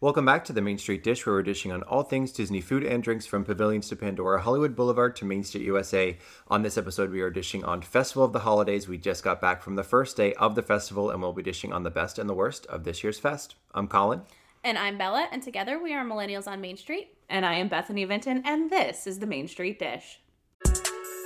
Welcome back to the Main Street Dish, where we're dishing on all things Disney food and drinks from pavilions to Pandora, Hollywood Boulevard to Main Street USA. On this episode, we are dishing on Festival of the Holidays. We just got back from the first day of the festival, and we'll be dishing on the best and the worst of this year's fest. I'm Colin. And I'm Bella, and together we are Millennials on Main Street. And I am Bethany Vinton, and this is the Main Street Dish.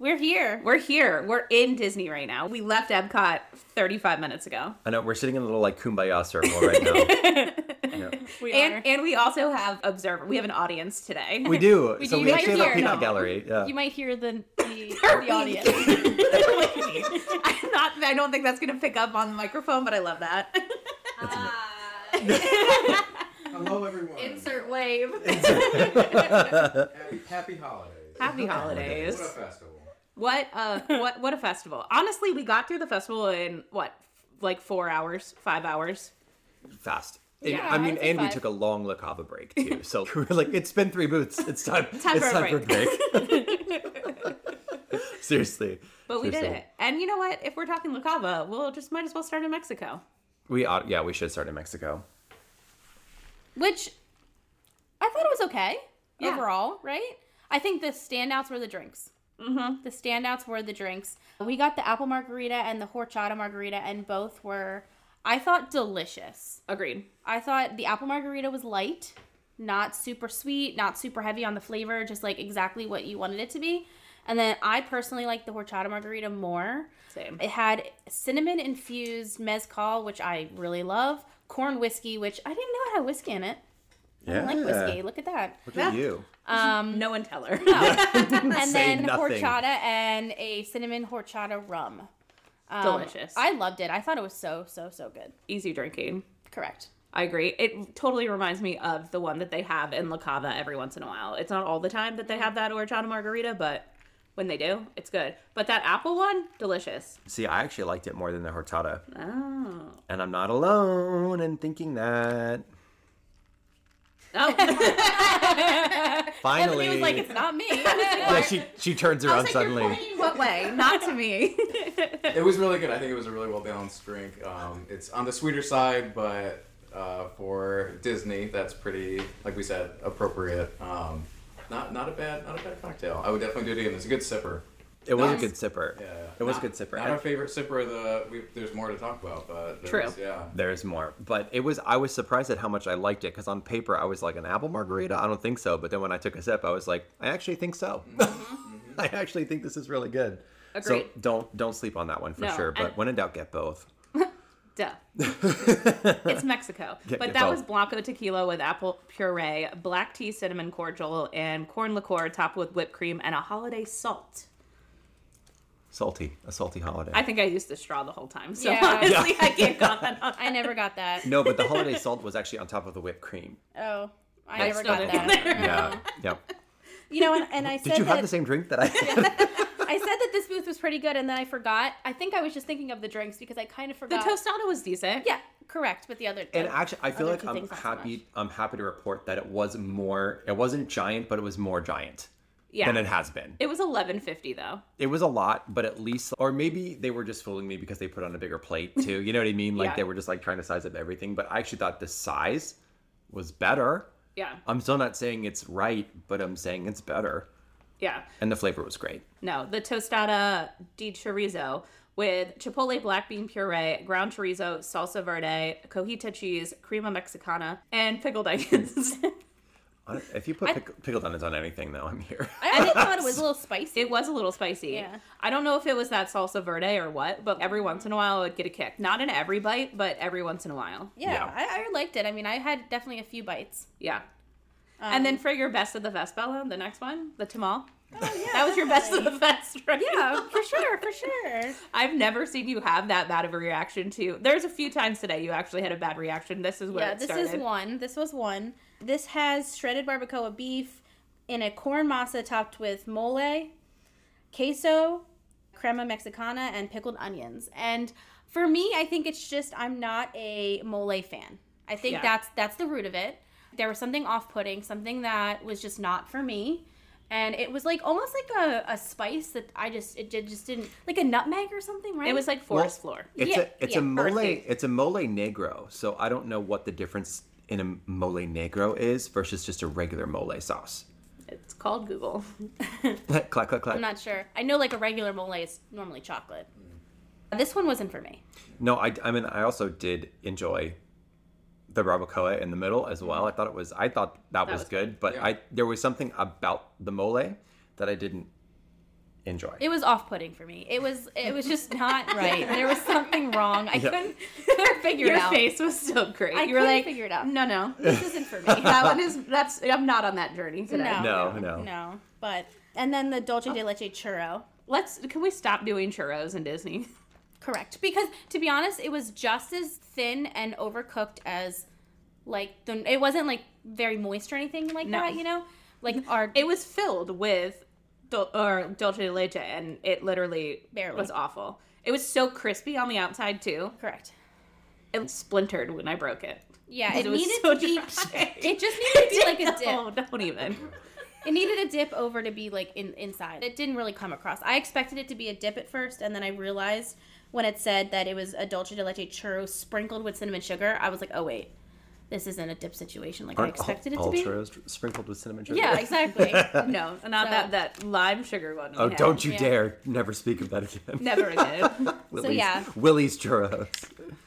We're here. We're here. We're in Disney right now. We left Epcot 35 minutes ago. I know we're sitting in a little like kumbaya circle right now. Yeah. We And and we also have observer. We have an audience today. We do. We so do. we Yeah, actually you're have a here. peanut No. gallery. Yeah. you might hear the the, the audience. I'm not I don't think that's going to pick up on the microphone, but I love that. Hello, everyone. Insert wave. happy, happy holidays. Happy holidays. What a festival. What uh what what a festival. Honestly, we got through the festival in what like 4 hours, 5 hours. Fast. And, Yeah, I mean, I'd say and we five. took a long Lacava break too. So we were like, it's been three booths. It's time. Time it's for a time for a break. Seriously. But we did Seriously. it. And you know what? If we're talking La Cava, we'll just might as well start in Mexico. We ought, yeah, we should start in Mexico. Which I thought it was okay Yeah. overall, right? I think the standouts were the drinks. Mm-hmm. The standouts were the drinks. We got the apple margarita and the horchata margarita, and both were, I thought, delicious. Agreed. I thought the apple margarita was light, not super sweet, not super heavy on the flavor, just like exactly what you wanted it to be. And then I personally like the horchata margarita more. Same. It had cinnamon infused mezcal, which I really love, corn whiskey, which I didn't know it had whiskey in it. Yeah. I like whiskey. Look at that. Look at you. No one tell her. And Say then nothing. horchata and a cinnamon horchata rum. Um, Delicious. I loved it. I thought it was so, so, so good. Easy drinking. Correct. I agree. It totally reminds me of the one that they have in La Cava every once in a while. It's not all the time that they have that horchata margarita, but when they do, it's good. But that apple one, delicious. See, I actually liked it more than the horchata. Oh. And I'm not alone in thinking that. Oh, Finally. It Oh. was like, it's not me. yeah, she, she turns around suddenly. what way? Not to me. It was really good. I think it was a really well balanced drink. Um, it's on the sweeter side, but uh, for Disney, that's pretty, like we said, appropriate. Um, not not a bad not a bad cocktail. I would definitely do it again. It's a good sipper. It was Nice. a good sipper. Yeah, It was Not- a good sipper. Not our favorite sipper. Of the we, there's more to talk about, but there True. was- yeah. There's more, but it was. I was surprised at how much I liked it because on paper I was like an apple margarita. I don't think so, but then when I took a sip, I was like, I actually think so. Mm-hmm. I actually think this is really good. So Agreed. don't don't sleep on that one for No, sure. But and- when in doubt, get both. Duh. it's Mexico. yeah, but that well. was Blanco tequila with apple puree, black tea cinnamon cordial, and corn liqueur topped with whipped cream and a holiday salt. Salty, a salty holiday. I think I used the straw the whole time, so Yeah. honestly, I can't comment on I never got that. no, but the holiday salt was actually on top of the whipped cream. Oh, I never still got didn't that. Yeah, yeah. You know, and, and I said Did you that have the same drink that I? had? I said that this booth was pretty good, and then I forgot. I think I was just thinking of the drinks because I kind of The forgot. tostada was decent. Yeah, correct. But the other and actually, I feel other like two I'm things not so happy. much. I'm happy to report that it was more. It wasn't giant, but it was more giant Yeah. than it has been. It was 11.50 though. it was a lot, but at least, or maybe they were just fooling me because they put on a bigger plate too. You know what I mean? Like Yeah. they were just like trying to size up everything. But I actually thought the size was better. Yeah. I'm still not saying it's right, but I'm saying it's better. Yeah. And the flavor was great. No, the tostada de chorizo with chipotle black bean puree, ground chorizo, salsa verde, cojita cheese, crema mexicana, and pickled onions. On- If you put pick- pickled onions on anything, though, I'm here. I just thought it was a little spicy. It was a little spicy. Yeah. I don't know if it was that salsa verde or what, but every once in a while it would get a kick. Not in every bite, but every once in a while. yeah, Yeah. I, I liked it. I mean, I had definitely a few bites. Yeah. and Um, then for your best of the fest, Bella, the next one, the tamal. that was your best of the fest, right? Yeah, for sure, for sure. I've never seen you have that bad of a reaction to. There's a few times today you actually had a bad reaction. This is where yeah, it this started. is one. This was one. This has shredded barbacoa beef in a corn masa topped with mole, queso, crema mexicana, and pickled onions. And for me, I think it's just I'm not a mole fan. I think Yeah. that's that's the root of it. There was something off-putting, something that was just not for me. And it was like almost like a, a spice that I just it did, just didn't like a nutmeg or something, right? It was like forest floor. It's Yeah, a it's yeah, a mole earthy. it's a mole negro. So I don't know what the difference in a mole negro is versus just a regular mole sauce. It's called Google. clack clack clack. I'm not sure. I know like a regular mole is normally chocolate. This one wasn't for me. No, I, I mean I also did enjoy the barbacoa in the middle as well. I thought it was I thought that, was, was good, but Yeah. I there was something about the mole that I didn't enjoy. It was off-putting for me. It was it was just not right. There was something wrong. I couldn't, couldn't figure Your it out. face was so great. I you were couldn't like, figure it out. No, no. This isn't for me. that one is that's I'm not on that journey today. No, No, no, no. no. But and then the dulce de leche churro. Let's can we stop doing churros in Disney? Correct. Because to be honest, it was just as thin and overcooked as like the it wasn't like very moist or anything like No. that, you know? Like our It was filled with dul- or dulce de leche, and it literally Barely. was awful. It was so crispy on the outside too. correct. It splintered when I broke it. Yeah, it, It was needed so to be dry. it just needed to be like a dip. No, don't even. It needed a dip over to be like in inside. It didn't really come across. I expected it to be a dip at first, and then I realized when it said that it was a dulce de leche churro sprinkled with cinnamon sugar, I was like, oh wait, this isn't a dip situation like I Aren't all- expected it all to be. churros dr- sprinkled with cinnamon sugar. Yeah, exactly. No, not that that lime sugar one. we Oh, had. don't you Yeah. dare never speak of that again. Never again. Willie's, yeah. Willie's churros.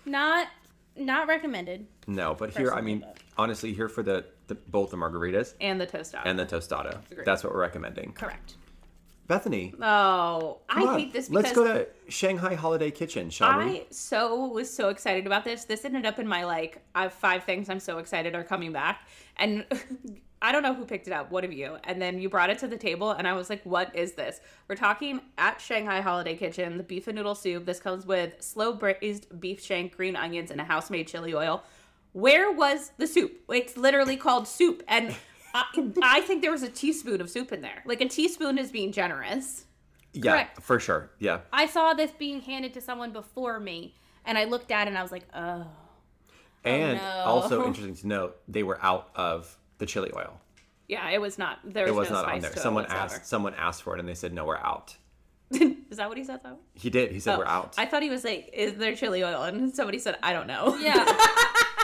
not not recommended. No, but here, I Personally, mean, but- honestly, here for the, the both the margaritas and the toast and the tostada. That's what we're recommending. Correct. Bethany, Uh, Oh, I come on. hate this. Because Let's go to Shanghai Holiday Kitchen, shall we? I so was so excited about this. This ended up in my like I have five things I'm so excited are coming back, and I don't know who picked it up, one of you, and then you brought it to the table, and I was like, "What is this?" We're talking at Shanghai Holiday Kitchen, the beef and noodle soup. This comes with slow braised beef shank, green onions, and a house made chili oil. Where was the soup? It's literally called soup, and I, I think there was a teaspoon of soup in there. Like a teaspoon is being generous. Yeah, correct. for sure. Yeah. I saw this being handed to someone before me, and I looked at it and I was like, oh. And no. also interesting to note, they were out of the chili oil. Yeah, it was not. There was, It was no not spice on there. to it Someone whatsoever. asked someone asked for it and they said no, we're out. Is that what he said though? Oh, He did. He Oh, said we're out. I thought he was like, "Is there chili oil?" And somebody said, "I don't know." Yeah.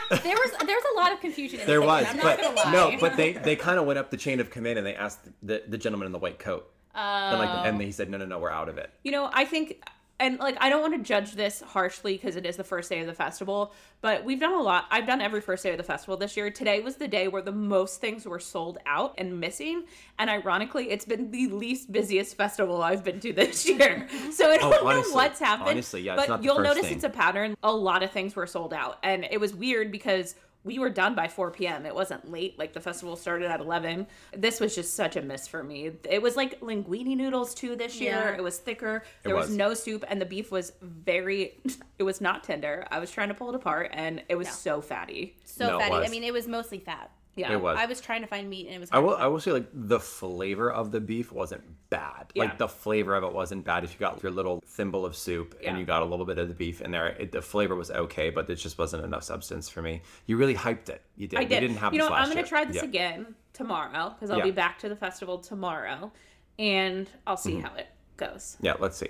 there was there's a lot of confusion. In there this was, I'm not but gonna lie. no, but they they kind of went up the chain of command and they asked the, the gentleman in the white coat. and like and he said no, no, no, we're out of it. You know, I think, and like, I don't want to judge this harshly because it is the first day of the festival. But we've done a lot. I've done every first day of the festival this year. Today was the day where the most things were sold out and missing. And ironically, it's been the least busiest festival I've been to this year. So I don't Oh, honestly. know what's happened. Honestly, yeah, it's but not the you'll first notice thing. it's a pattern. A lot of things were sold out, and it was weird because. We were done by 4 p.m. It wasn't late. Like the festival started at 11. This was just such a miss for me. It was like linguine noodles too this year. Yeah. It was thicker. There was. was. no soup, and the beef was very. It was not tender. I was trying to pull it apart, and it was so fatty. so No, it fatty. I was. mean, it was mostly fat. Yeah, It was. I was trying to find meat and it was. I will I will say like the flavor of the beef wasn't bad. Yeah. Like the flavor of it wasn't bad. If you got your little thimble of soup and Yeah. you got a little bit of the beef in there, it, the flavor was okay, but it just wasn't enough substance for me. You really hyped it. You did. I did. You didn't have you this know, last I'm gonna year. try this Yeah. again tomorrow because I'll Yeah. be back to the festival tomorrow, and I'll Mm-hmm. see how it goes. Yeah, let's see.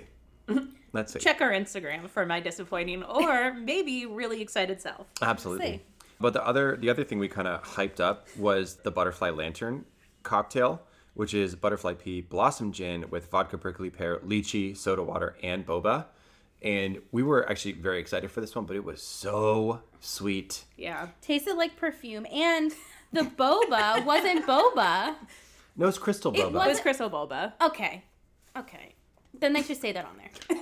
let's see. Mm-hmm. Check our Instagram for my disappointing or maybe really excited self. Absolutely. see. But the other the other thing we kind of hyped up was the butterfly lantern cocktail, which is butterfly pea blossom gin with vodka prickly pear, lychee, soda water, and boba. and we were actually very excited for this one, but it was so sweet. Yeah. Tasted like perfume, and the boba wasn't boba. No, it's crystal boba. It was- was Crystal Bulba. Okay, okay. Then they should say that on there.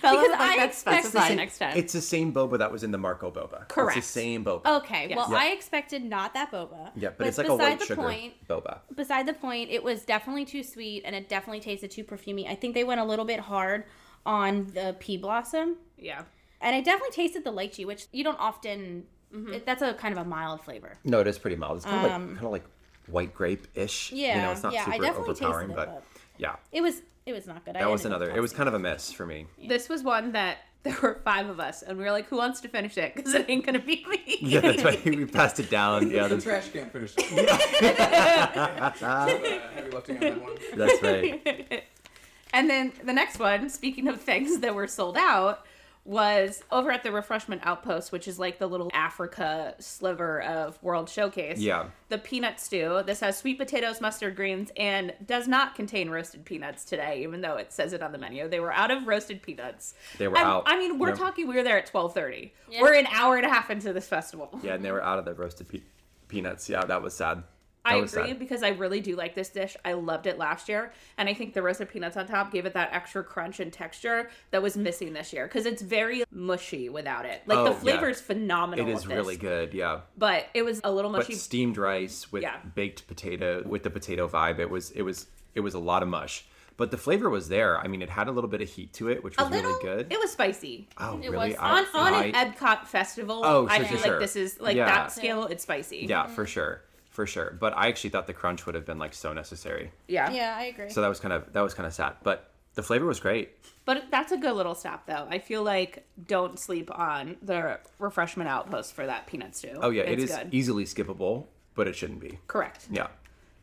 Fellow Because would I that expected- specified next time. it's the same boba that was in the Marco boba. Correct. It's the same boba. Okay, well, Yeah. I expected not that boba. yeah, but, it's like a Oh, beside white the sugar point, boba. beside the point, it was definitely too sweet, and it definitely tasted too perfumey. I think they went a little bit hard on the pea blossom, yeah. and I definitely tasted the lychee, which you don't often. it- that's a kind of a mild flavor. No, it is pretty mild. It's kind of like kind of like white grape ish. you know, Yeah, it's not um, yeah, I super definitely tasted overpowering, it, but, but- yeah, It was it was not good. that was another. It was kind of a miss for me. This was one that there were five of us, and we were like, "Who wants to finish it? Because it ain't gonna be me." Yeah, that's why we passed it down. Yeah, The that's, trash can finish. it. Yeah. uh, heavy lifting on that one. that's right. And then the next one, speaking of things that were sold out, was over at the Refreshment Outpost, which is like the little Africa sliver of World Showcase. Yeah. The peanut stew. This has sweet potatoes, mustard greens, and does not contain roasted peanuts today, even though it says it on the menu. They were out of roasted peanuts. They were And, out. I mean, we're Yeah. talking. We were there at twelve thirty. We're an hour and a half into this festival. Yeah, and they were out of the roasted pe- peanuts. Yeah, that was sad. That I was agree sad. because I really do like this dish. I loved it last year, and I think the roasted peanuts on top gave it that extra crunch and texture that was missing this year because it's very mushy without it. Like Oh, the yeah. flavor is phenomenal. It is with this, really good. Yeah. but it was a little but mushy. steamed rice with Yeah. baked potato with the potato vibe. It was it was it was a lot of mush, but the flavor was there. I mean, it had a little bit of heat to it, which a was little, really good. it was spicy. oh, it really? was. I- On- on an I- Epcot festival. Oh, I sure, sure, feel like sure. this is like Yeah. that scale. It's spicy. yeah, for sure, for sure. But I actually thought the crunch would have been like so necessary. yeah, Yeah, I agree. So that was kind of that was kind of sad, but the flavor was great. But that's a good little stop, though. I feel like don't sleep on the refreshment outpost for that peanut stew. Oh yeah, it's it is good. easily skippable, but it shouldn't be. Correct. Yeah.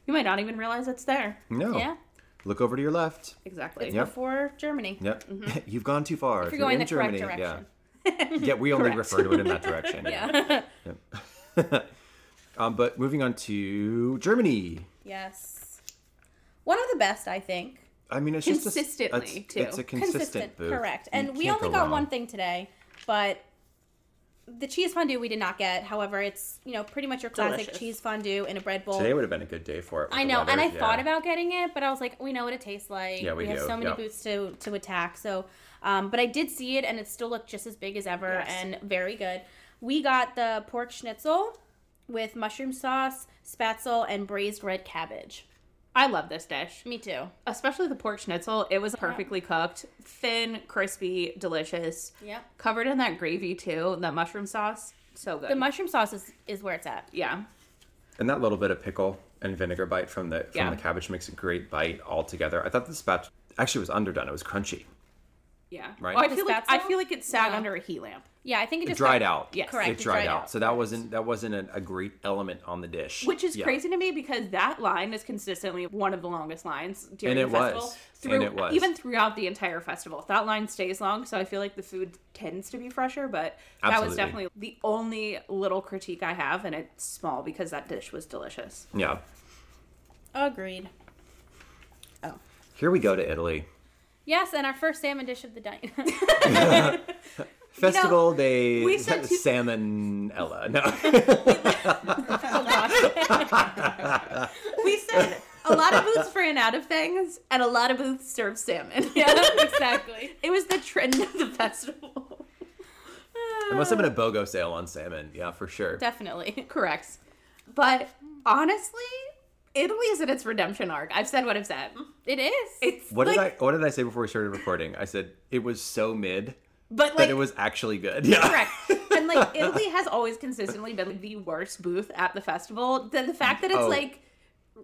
You might not even realize it's there. No. Yeah. Look over to your left. Exactly. Yep. Before Germany. Yep. You've gone too far. If Mm-hmm. you're going in the correct Germany, direction. yeah. yeah, we only refer to it in that direction. yeah. Um, but moving on to Germany. yes. One of the best, I think. I mean, it's just a, Consistently, it's, too. It's a consistent, booth. correct. You And we can't only go got wrong. one thing today, but the cheese fondue we did not get. However, it's you know pretty much your classic Delicious. cheese fondue in a bread bowl. Today would have been a good day for it. with I the know, and weather, I yeah. thought about getting it, but I was like, we know what it tastes like. Yeah, we have do, so many yeah. boots to to attack. So, um, but I did see it, and it still looked just as big as ever Yes. and very good. We got the pork schnitzel with mushroom sauce, spatzel, and braised red cabbage. I love this dish, Me too. especially the pork schnitzel. It was perfectly cooked, thin, crispy, delicious. Yeah. Covered in that gravy too, that mushroom sauce. So good. The mushroom sauce is, is where it's at. yeah. And that little bit of pickle and vinegar bite from the from Yeah. the cabbage makes a great bite altogether. I thought the spatula actually was underdone. It was crunchy. Yeah. Right. Oh, I The feel like I spatzel? feel like it sat Yeah. under a heat lamp. Yeah, I think it It just dried got- out. Yes. Correct, It dried out. So that wasn't that wasn't an, a great element on the dish. Which is Yeah. crazy to me because that line is consistently one of the longest lines during And it the festival. was. And it was. Even throughout the entire festival. That line stays long, so I feel like the food tends to be fresher, but that Absolutely. was definitely the only little critique I have, and it's small because that dish was delicious. Yeah. Agreed. Here we go to Italy. Yes, and our first salmon dish of the day. Festival de we said two- Salmonella. No. We said a lot of booths ran out of things, and a lot of booths served salmon. exactly. It was the trend of the festival. It must have been a BOGO sale on salmon. Yeah, for sure. Definitely. Correct. But honestly, Italy is in its redemption arc. I've said what I've said. It is. It's What like, did I What did I say before we started recording? I said it was so mid but that like it was actually good. Yeah, correct. and like Italy has always consistently been the worst booth at the festival. The, the fact that it's Oh. like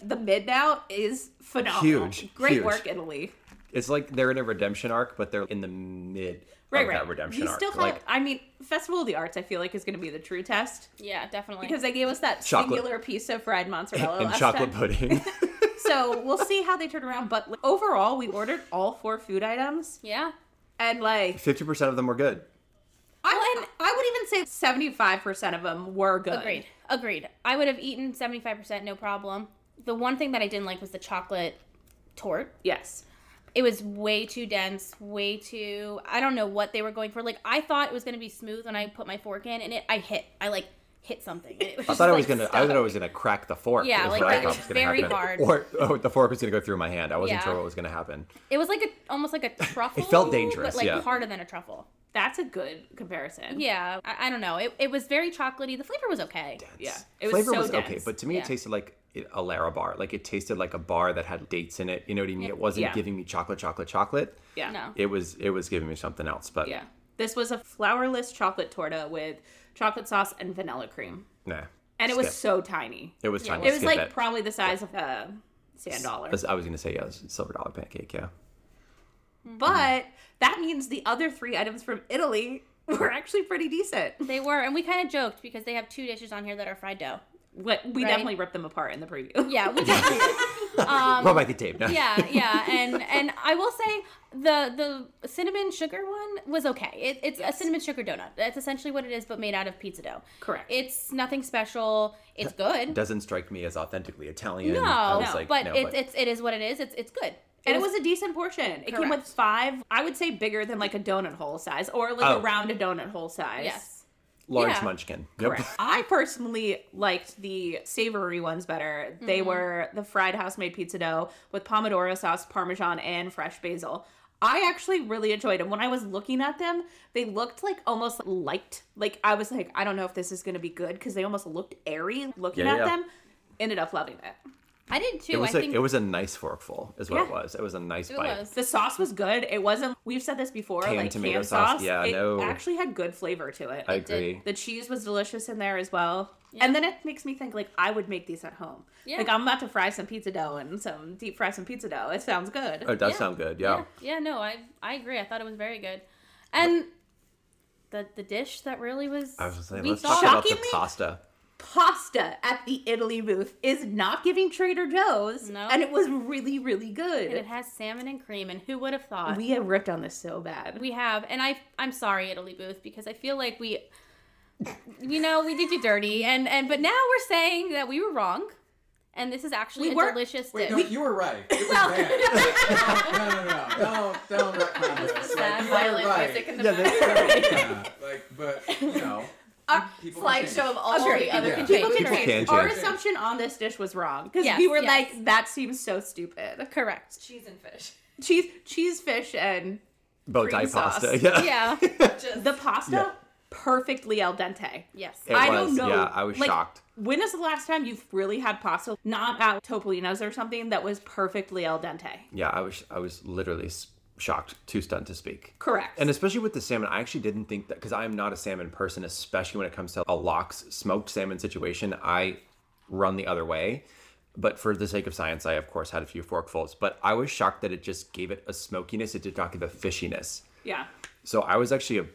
the mid now is phenomenal. Huge, Great huge. work, Italy. It's like they're in a redemption arc, but they're in the mid Right, of right. that redemption you arc. still have. like I mean, Festival of the Arts. I feel like is going to be the true test yeah, definitely. because they gave us that Chocolate. singular piece of fried mozzarella and last chocolate time. pudding. So we'll see how they turn around. But like, overall, we ordered all four food items, yeah. and like Fifty percent of them were good. I would, I would even say seventy five percent of them were good. Agreed. Agreed. I would have eaten 75%, no problem. The one thing that I didn't like was the chocolate tort, Yes. it was way too dense, way too. I don't know what they were going for. Like I thought it was gonna be smooth when I put my fork in, and it I hit. I like hit something. and it I just, thought I like, was gonna. I stuck. thought I was gonna crack the fork. Yeah, is like, what I that thought was gonna very happen. hard. Or oh, the fork was gonna go through my hand. I wasn't Yeah. sure what was gonna happen. It was like a almost like a truffle. felt dangerous, but like yeah. harder than a truffle. That's a good comparison. Yeah, I, I don't know. It, it was very chocolatey. The flavor was okay. Yeah. It's- It was flavor so was dense. okay, but to me Yeah. it tasted like it- a Lara bar. Like it tasted like a bar that had dates in it. You know what I mean? It wasn't Yeah. giving me chocolate, chocolate, chocolate. yeah. No. It was it was giving me something else. But Yeah. This was a flourless chocolate torta with chocolate sauce and vanilla cream. nah. And it was Skip. so tiny. it was tiny. It was Skip like it. probably the size of a sand dollar. As I was gonna say yeah, it was a silver dollar pancake. Yeah. But that means the other three items from Italy were actually pretty decent. They were, and we kind of joked because they have two dishes on here that are fried dough. What we Right. definitely ripped them apart in the preview. Yeah, we did. Roll back the tape. No. Um, yeah, yeah, and and I will say the the cinnamon sugar one was okay. It, it's a cinnamon sugar donut. That's essentially what it is, but made out of pizza dough. Correct. It's nothing special. It's good. Doesn't strike me as authentically Italian. no, I was no, like, but no, it's it's it is what it is. It's it's good. And it was a decent portion. It came with Correct. five, I would say bigger than like a donut hole size or like Oh. around a donut hole size. yes. large yeah. munchkin. Yep. Correct. I personally liked the savory ones better. They were the fried house made pizza dough with pomodoro sauce, parmesan, and fresh basil. I actually really enjoyed them. When I was looking at them, they looked like almost light. Like I was like, I don't know if this is going to be good because they almost looked airy looking Yeah, at yeah. them. Ended up loving it. I did too. It was I a think it was a nice forkful, is what it Yeah. was. It was a nice it bite. was. The sauce was good. It wasn't. We've said this before. Canned like tomato canned sauce. sauce. Yeah, it no. actually had good flavor to it. I did. agree. The cheese was delicious in there as well. And then it makes me think like I would make these at home. Yeah. Like I'm about to fry some pizza dough and some deep fry some pizza dough. It sounds good. Oh, it does Yeah. sound good. Yeah, yeah, no, I I agree. I thought it was very good, and the the dish that really was. I was gonna say, we let's thought talk about the Shockingly- pasta. Pasta at the Italy booth is not giving Trader Joe's. No. And it was really, really and it good. has salmon and cream, and who would have thought? We have ripped on this so bad. We have, and I I'm sorry, Italy Booth, because I feel like we, you know, we did you dirty, and and but now we're saying that we were wrong, and this is actually We a were- delicious Wait, dish. no, you were right. It was bad. no, no, no, no, don't, don't retcon this. Like, you were right. Yeah, they- Yeah, like, but you know, people can change. slideshow of all Agreed. the other Yeah. People can containers. People change. can Our change. assumption on this dish was wrong because Yes, we were yes. like, that seems so stupid. Correct. Cheese and fish. Cheese, cheese, fish, and bow Cream tie sauce. pasta. Yeah. Yeah. the pasta Yeah. perfectly al dente. yes. It I was, don't know. Yeah, I was Like, shocked. When is the last time you've really had pasta, not at Topolino's or something, that was perfectly al dente? Yeah, I was. I was literally s- shocked, too stunned to speak. Correct. And especially with the salmon, I actually didn't think that because I am not a salmon person, especially when it comes to a lox smoked salmon situation. I run the other way. But for the sake of science, I of course had a few forkfuls. But I was shocked that it just gave it a smokiness. It did not give a fishiness. yeah. So I was actually a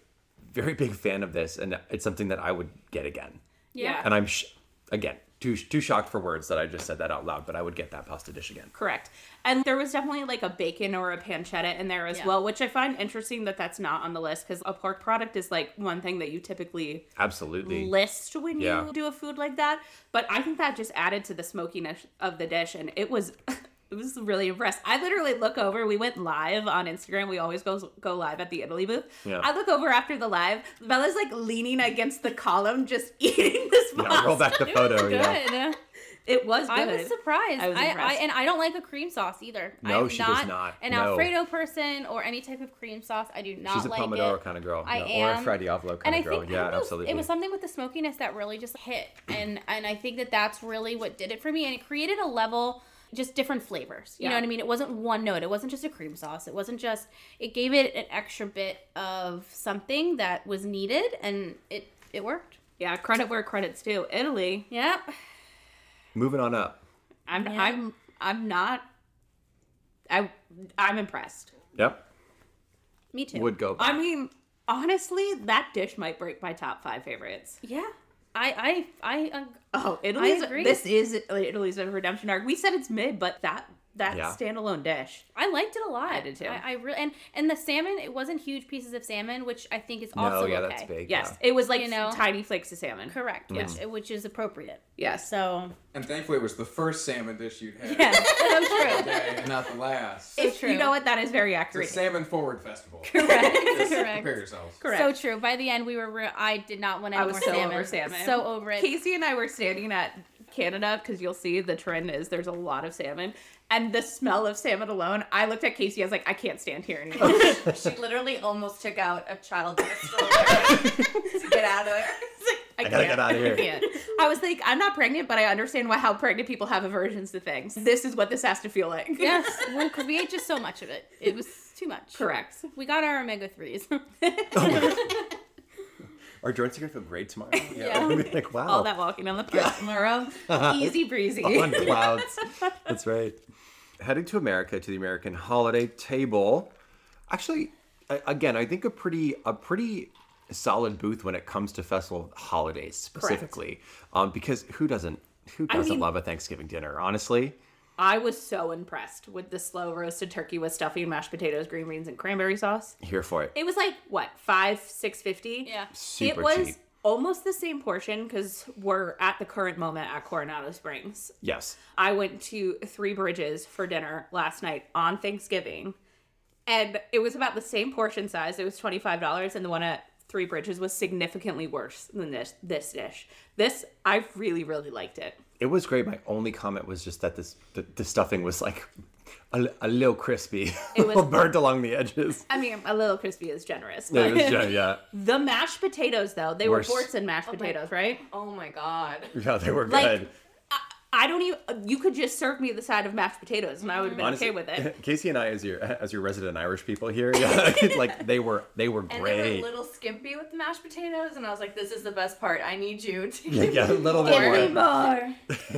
very big fan of this, and it's something that I would get again. Yeah. And I'm sh- again too too shocked for words that I just said that out loud, but I would get that pasta dish again. Correct. And there was definitely like a bacon or a pancetta in there as Yeah. well, which I find interesting that that's not on the list because a pork product is like one thing that you typically Absolutely. list when Yeah. you do a food like that. But I think that just added to the smokiness of the dish, and it was. It was really impressed. I literally look over. We went live on Instagram. We always go go live at the Italy booth. Yeah. I look over after the live. Bella's like leaning against the column, just eating this pasta. yeah, roll back the photo. yeah. Good. It was good. I was surprised. I was I, I, impressed. and I don't like a cream sauce either. I No, am she does not. An No. Alfredo person or any type of cream sauce. I do not She's a like pomodoro it. kind of girl. I yeah, Or a am. Fry Diavolo kind and I of girl. think I yeah, don't know, absolutely. it was something with the smokiness that really just hit, and and I think that that's really what did it for me, and it created a level, just different flavors. You know Yeah. what I mean? It wasn't one note. It wasn't just a cream sauce. It wasn't just. It gave it an extra bit of something that was needed, and it it worked. yeah, credit where credit's due. Italy. Yep. Moving on up. I'm I'm I'm not. I I'm impressed. Yep. Me too. Would go. I mean, honestly, that dish might break my top five favorites. yeah. I I I. Uh, Oh, Italy's agree. this is Italy's redemption arc. We said it's mid, but that that Yeah. standalone dish. I liked it a lot. I did too. I, really and and the salmon. It wasn't huge pieces of salmon, which I think is also no, yeah, okay. that's big. Mm. Yes, yeah. it was like You know? tiny flakes of salmon. Correct. Which which is appropriate. Yes. So And thankfully, it was the first salmon dish you'd had yeah, so true. today, and not the last. If- true. You know what? That is very It's accurate. a salmon forward festival. Correct. Prepare Correct. yourselves. Correct. So true. By the end, we were. Re- I did not want any I was more so salmon. over salmon. So over it. Casey and I were standing at Canada because you'll see the trend is there's a lot of salmon. And the smell of salmon alone, I looked at Casey. I was like, I can't stand here anymore. She literally almost took out a child in a stroller to get out of there. I gotta can't. get out of here. I can't. I was like, I'm not pregnant, but I understand why how pregnant people have aversions to things. This is what this has to feel like. yes, well, 'cause we ate just so much of it. It was too much. Correct. We got our omega threes. Our joints are gonna feel great tomorrow. Yeah. like wow. All that walking on the park tomorrow. Uh-huh. Easy breezy. on clouds. That's right. Heading to America to the American holiday table. Actually, a- again, I think a pretty a pretty solid booth when it comes to festival holidays specifically, um, because who doesn't who doesn't mean- love a Thanksgiving dinner? Honestly, I was so impressed with the slow roasted turkey with stuffing, mashed potatoes, green beans, and cranberry sauce. here for it. It was like what five, six fifty. Yeah. Super it was cheap. almost the same portion because we're at the current moment at Coronado Springs. Yes, I went to Three Bridges for dinner last night on Thanksgiving, and it was about the same portion size. It was twenty five dollars, and the one at Three Bridges was significantly worse than this this dish. This I really really liked it. it was great. My only comment was just that this the, the stuffing was like a, a little crispy, a little burnt along the edges. I mean, a little crispy is generous, It but was, yeah, yeah, the mashed potatoes though they Worse. were forts and mashed potatoes, right? Oh my god. yeah, they were Like, good. I don't even. You could just serve me the side of mashed potatoes, and I would have been okay with it. Casey and I, as your as your resident Irish people here, yeah, like they were they were And great. they were a little skimpy with the mashed potatoes, and I was like, this is the best part. I need you to yeah, a little bit more. more.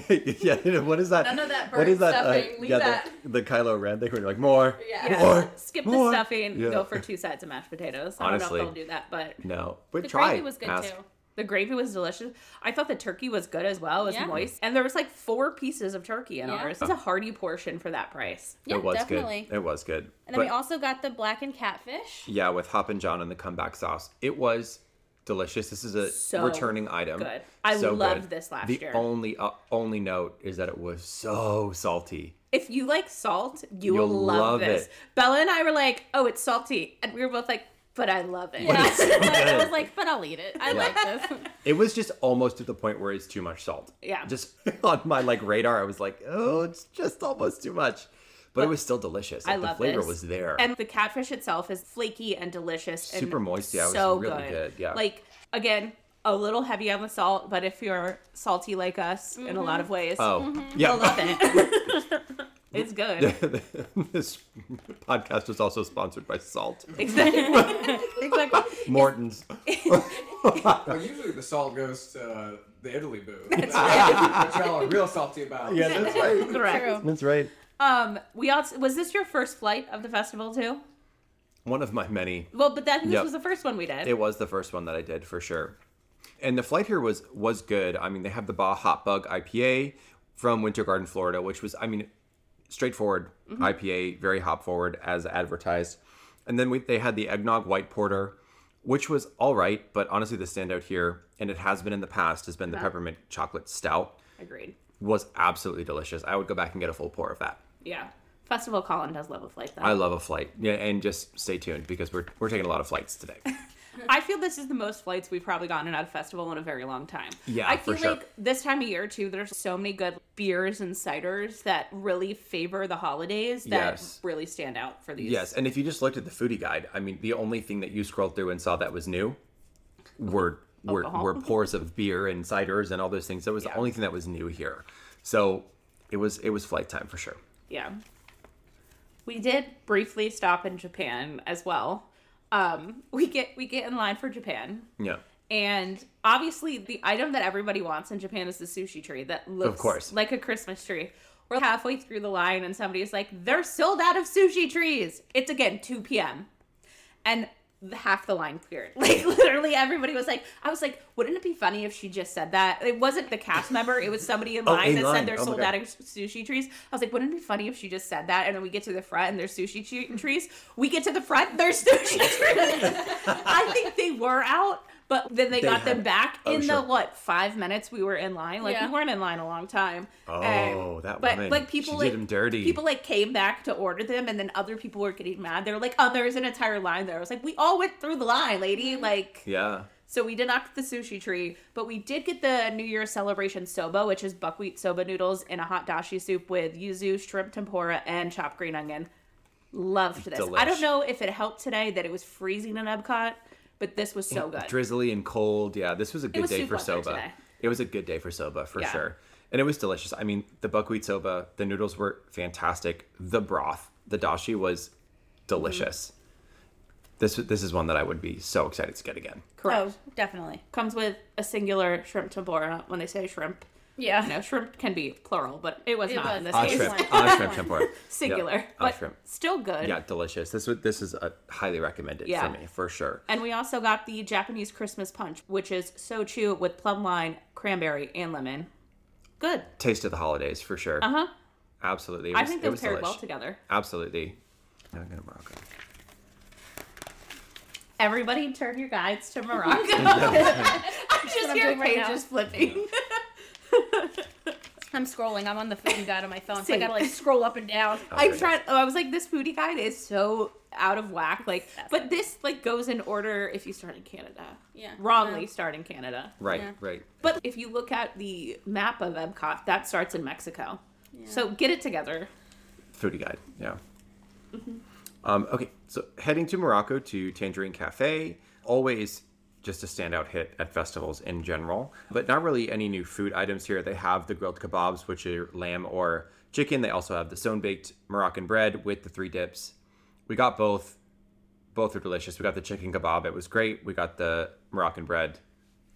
yeah, you know, what is that? None of that what is burnt that? uh, stuffing, leave yeah, that. The, the Kylo Ren thing where you're like more, Yeah. more. Skip more. the stuffing. Yeah. Go for two sides of mashed potatoes. I Honestly. don't know if they'll do that, but No, but the try. gravy was good Ask. too. the gravy was delicious. I thought the turkey was good as well. It was Yeah. moist, and there was like four pieces of turkey in Yeah. ours. It's a hearty portion for that price. Yeah, it was definitely. good. It was good. And then we But- also got the blackened catfish. yeah, with Hop and John and the comeback sauce, it was delicious. This is a So returning item. good. I loved this last the year. only uh, only note is that it was so salty. If you like salt, you You'll will love, love this. it. Bella and I were like, "Oh, it's salty," and we were both like, "But I love it." Yeah. I was good. like, but I'll eat it. I like this. It was just almost to the point where it's too much salt. Yeah. Just on my like radar, I was like, oh, it's just almost too much. But, it was still delicious. I Like, the love flavor this. was there. And the catfish itself is flaky and delicious. Super and moist, yeah, it was really good, yeah. Like again, a little heavy on the salt, but if you're salty like us in a lot of ways, oh, yeah. you'll love it. it's good. this podcast is also sponsored by Salt. Exactly. exactly. Morton's. Well, usually the salt goes to uh, the Italy booth. That's right. Which y'all are real salty about. that's right. Correct. That's right. Um, we also was this your first flight of the festival too? One of my many. Well, but that this Yep. was the first one we did. It was the first one that I did for sure. And the flight here was was good. I mean, they have the Baja Hot Bug IPA from Winter Garden, Florida, which was I mean, straightforward IPA, very hop forward as advertised. And then we, they had the eggnog white porter, which was all right, but honestly the standout here and it has been in the past has been the peppermint chocolate stout. Agreed. Was absolutely delicious. I would go back and get a full pour of that. Yeah. Festival Colin does love a flight though. I love a flight. Yeah, and just stay tuned because we're we're taking a lot of flights today. I feel this is the most flights we've probably gotten out of festival in a very long time. Yeah, I for feel sure. like this time of year too, there's so many good beers and ciders that really favor the holidays that Yes. really stand out for these. Yes, and if you just looked at the foodie guide, I mean, the only thing that you scrolled through and saw that was new were were, Alcohol. were pours of beer and ciders and all those things. That was the only thing that was new here. So it was it was flight time for sure. Yeah. We did briefly stop in Japan as well. Um, we get we get in line for Japan. Yeah, And obviously, the item that everybody wants in Japan is the sushi tree that looks course. like a Christmas tree. We're halfway through the line, and somebody's like, "They're sold out of sushi trees." It's again 2 p.m. and the- half the line cleared. Like literally everybody was like, I was like, wouldn't it be funny if she just said that? It wasn't the cast member, it was somebody in Oh, line in that line. said they're Oh my sold God. out of sushi trees. I was like, wouldn't it be funny if she just said that? And then we get to the front and there's sushi tre- Hmm. trees. We get to the front, there's sushi trees. I think they were out. But then they, They got had- them back oh, in sure. the what five minutes we were in line. Like Yeah. we weren't in line a long time. Oh, And- that but, woman. Like people She did like, him dirty. People like came back to order them, and then other people were getting mad. They were like, "Oh, there's an entire line there." I was like, "We all went through the line, Mm-hmm. lady." Like, Yeah. so we did not get the sushi tree, but we did get the New Year's celebration soba, which is buckwheat soba noodles in a hot dashi soup with yuzu, shrimp tempura, and chopped green onion. Loved this. I Delish. don't know if it helped today that it was freezing in Epcot, but this was so good. drizzly and cold. Yeah, this was a good was day soup for weather soba. today. It was a good day for soba for Yeah. sure, and it was delicious. I mean, the buckwheat soba, the noodles were fantastic. The broth, the dashi was Mm-hmm. delicious. This this is one that I would be so excited to get again. Correct. Oh, definitely. Comes with a singular shrimp tempura. When they say shrimp, Yeah. you know, shrimp can be plural, but it was It not was. in this Ah case. shrimp, one. ah shrimp tempura, Singular, Yep, ah but shrimp. still good. Yeah, delicious. This would this is a highly recommended Yeah. for me for sure. And we also got the Japanese Christmas punch, which is sochu with plum wine, cranberry, and lemon. Good. Taste of the holidays for sure. Uh huh. Absolutely, it I was- think it they was paired well delish. together. Absolutely. Now I'm gonna rock. it. Everybody, turn your guides to Morocco. I'm just I'm here, doing right now. pages flipping. I'm scrolling. I'm on the foodie guide on my phone, so I Same. gotta like scroll up and down. there I'm it trying. Oh, I was like, this foodie guide is so out of whack. Like, but this like goes in order if you start in Canada. Yeah. Um, Wrongly Yeah. start in Canada. Right, Yeah. right. But if you look at the map of Epcot, that starts in Mexico. So get it together. foodie guide. Yeah. Um, okay, so heading to Morocco to Tangerine Cafe, always just a standout hit at festivals in general, but not really any new food items here. They have the grilled kebabs, which are lamb or chicken. They also have the stone baked Moroccan bread with the three dips. We got both. Both are delicious. We got the chicken kebab. It was great. We got the Moroccan bread.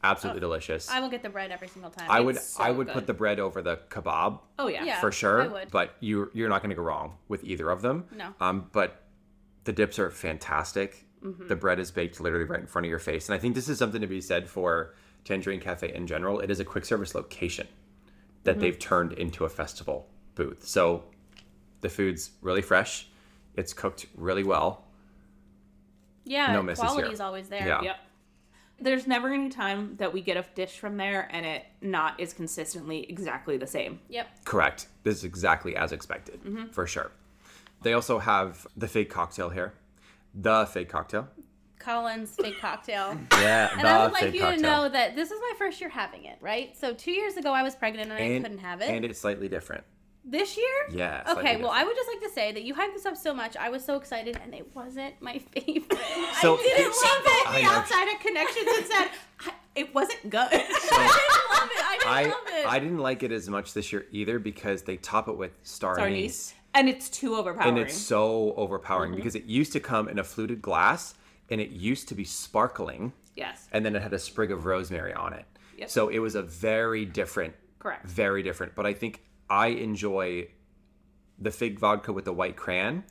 Absolutely Oh, delicious. I will get the bread every single time. I would so I would good. put the bread over the kebab Oh yeah. Yeah. for sure. I would. But you you're not going to go wrong with either of them. No. Um, but the dips are fantastic. Mm-hmm. The bread is baked literally right in front of your face, and I think this is something to be said for Tangerine Cafe in general. It is a quick service location that Mm-hmm. they've turned into a festival booth. So the food's really fresh. It's cooked really well. yeah, no misses quality here. is always there. Yeah. Yep. There's never any time that we get a dish from there and it not is consistently exactly the same. Yep. Correct. This is exactly as expected, Mm-hmm. for sure. They also have the fig cocktail here. The fig cocktail. Collins fake cocktail. Yeah, And I would like you to know that this is my first year having it, right? So two years ago I was pregnant and, I couldn't have it. And it's slightly different. this year? Yeah, slightly Okay, well different. I would just like to say that you hyped this up so much. I was so excited and it wasn't my favorite. So I didn't love it. I The know. outside of connections and said I, it wasn't good. I love it. I didn't I, love it. I didn't like it as much this year either because they top it with star, Our anise. niece. And it's too And overpowering. it's so Mm-hmm. overpowering because it used to come in a fluted glass and it used to be sparkling yes. and then it had a sprig of rosemary on it. Yep. So it was a very different Correct. very different. But I think I enjoy the fig vodka with the white crayon,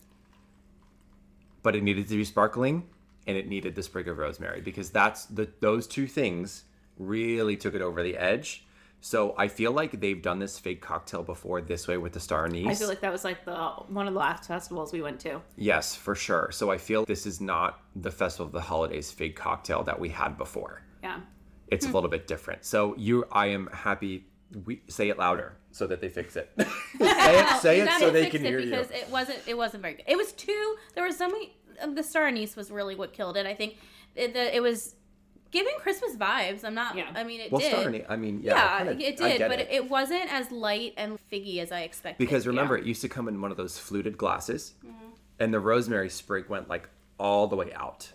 but it needed to be sparkling and it needed the sprig of rosemary because that's the those two things really took it over the edge. So I feel like they've done this fig cocktail before this way with the star anise. I feel like that was like the one of the last festivals we went to. yes, for sure. So I feel this is not the festival of the holidays fig cocktail that we had before. Yeah. It's Hmm. a little bit different. So you, I am happy. We say it louder so that they fix it. say it, say You it gotta so they fix can hear you. because it wasn't it wasn't very good. It was too. There was so many. um, The star anise was really what killed it. I think it, the, it was giving Christmas vibes. I'm not. Yeah. I mean, it well, did. Starny, I mean, yeah, yeah, I kinda- it I did, get but it. it. wasn't as light and figgy as I expected. because remember, it used to come in one of those fluted glasses, Mm-hmm. and the rosemary sprig went like all the way out.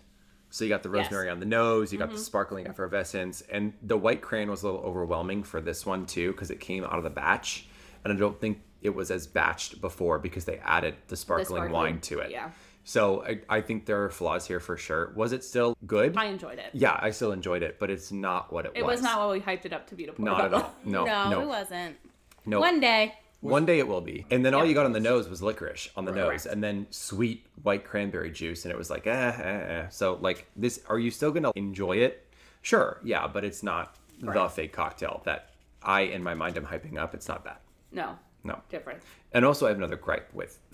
So you got the rosemary on the nose, you got Mm-hmm. the sparkling effervescence, and the white crayon was a little overwhelming for this one too because it came out of the batch, and I don't think it was as batched before because they added the sparkling, sparkling, wine to it. yeah. So I, I think there are flaws here for sure. Was it still good? I enjoyed it. yeah, I still enjoyed it, but it's not what it, It was. was not what we hyped it up to be to Not at all. No, Oh. no, no, it wasn't. no. One day, One day it will be. And then all you got on the nose was licorice on the nose, and then sweet white cranberry juice, and it was like, eh, eh, eh. So like this, are you still gonna enjoy it? Sure, yeah, but it's not the fake cocktail that I, in my mind, am hyping up. It's not that. No, No. different. And also, I have another gripe with.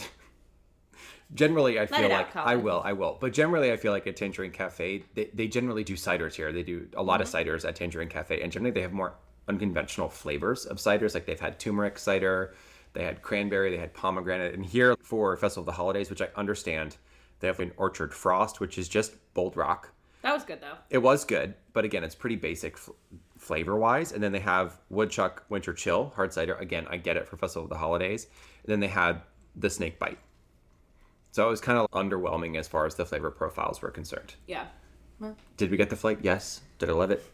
generally, I feel it out, like I Colin. will, I will. But generally, I feel like at Tangerine Cafe, they, they generally do ciders here. They do a lot Mm-hmm. of ciders at Tangerine Cafe, and generally, they have more unconventional flavors of ciders. Like they've had turmeric cider, they had cranberry, they had pomegranate, and here for Festival of the Holidays, which I understand, they have an orchard frost, which is just bold rock That was good though. it was good, but again, it's pretty basic f- flavor wise. And then they have Woodchuck Winter Chill hard cider. Again, I get it for Festival of the Holidays. And then they had the Snake Bite. So it was kind of underwhelming as far as the flavor profiles were concerned. Yeah, Did we get the flight? Yes. Did I love it?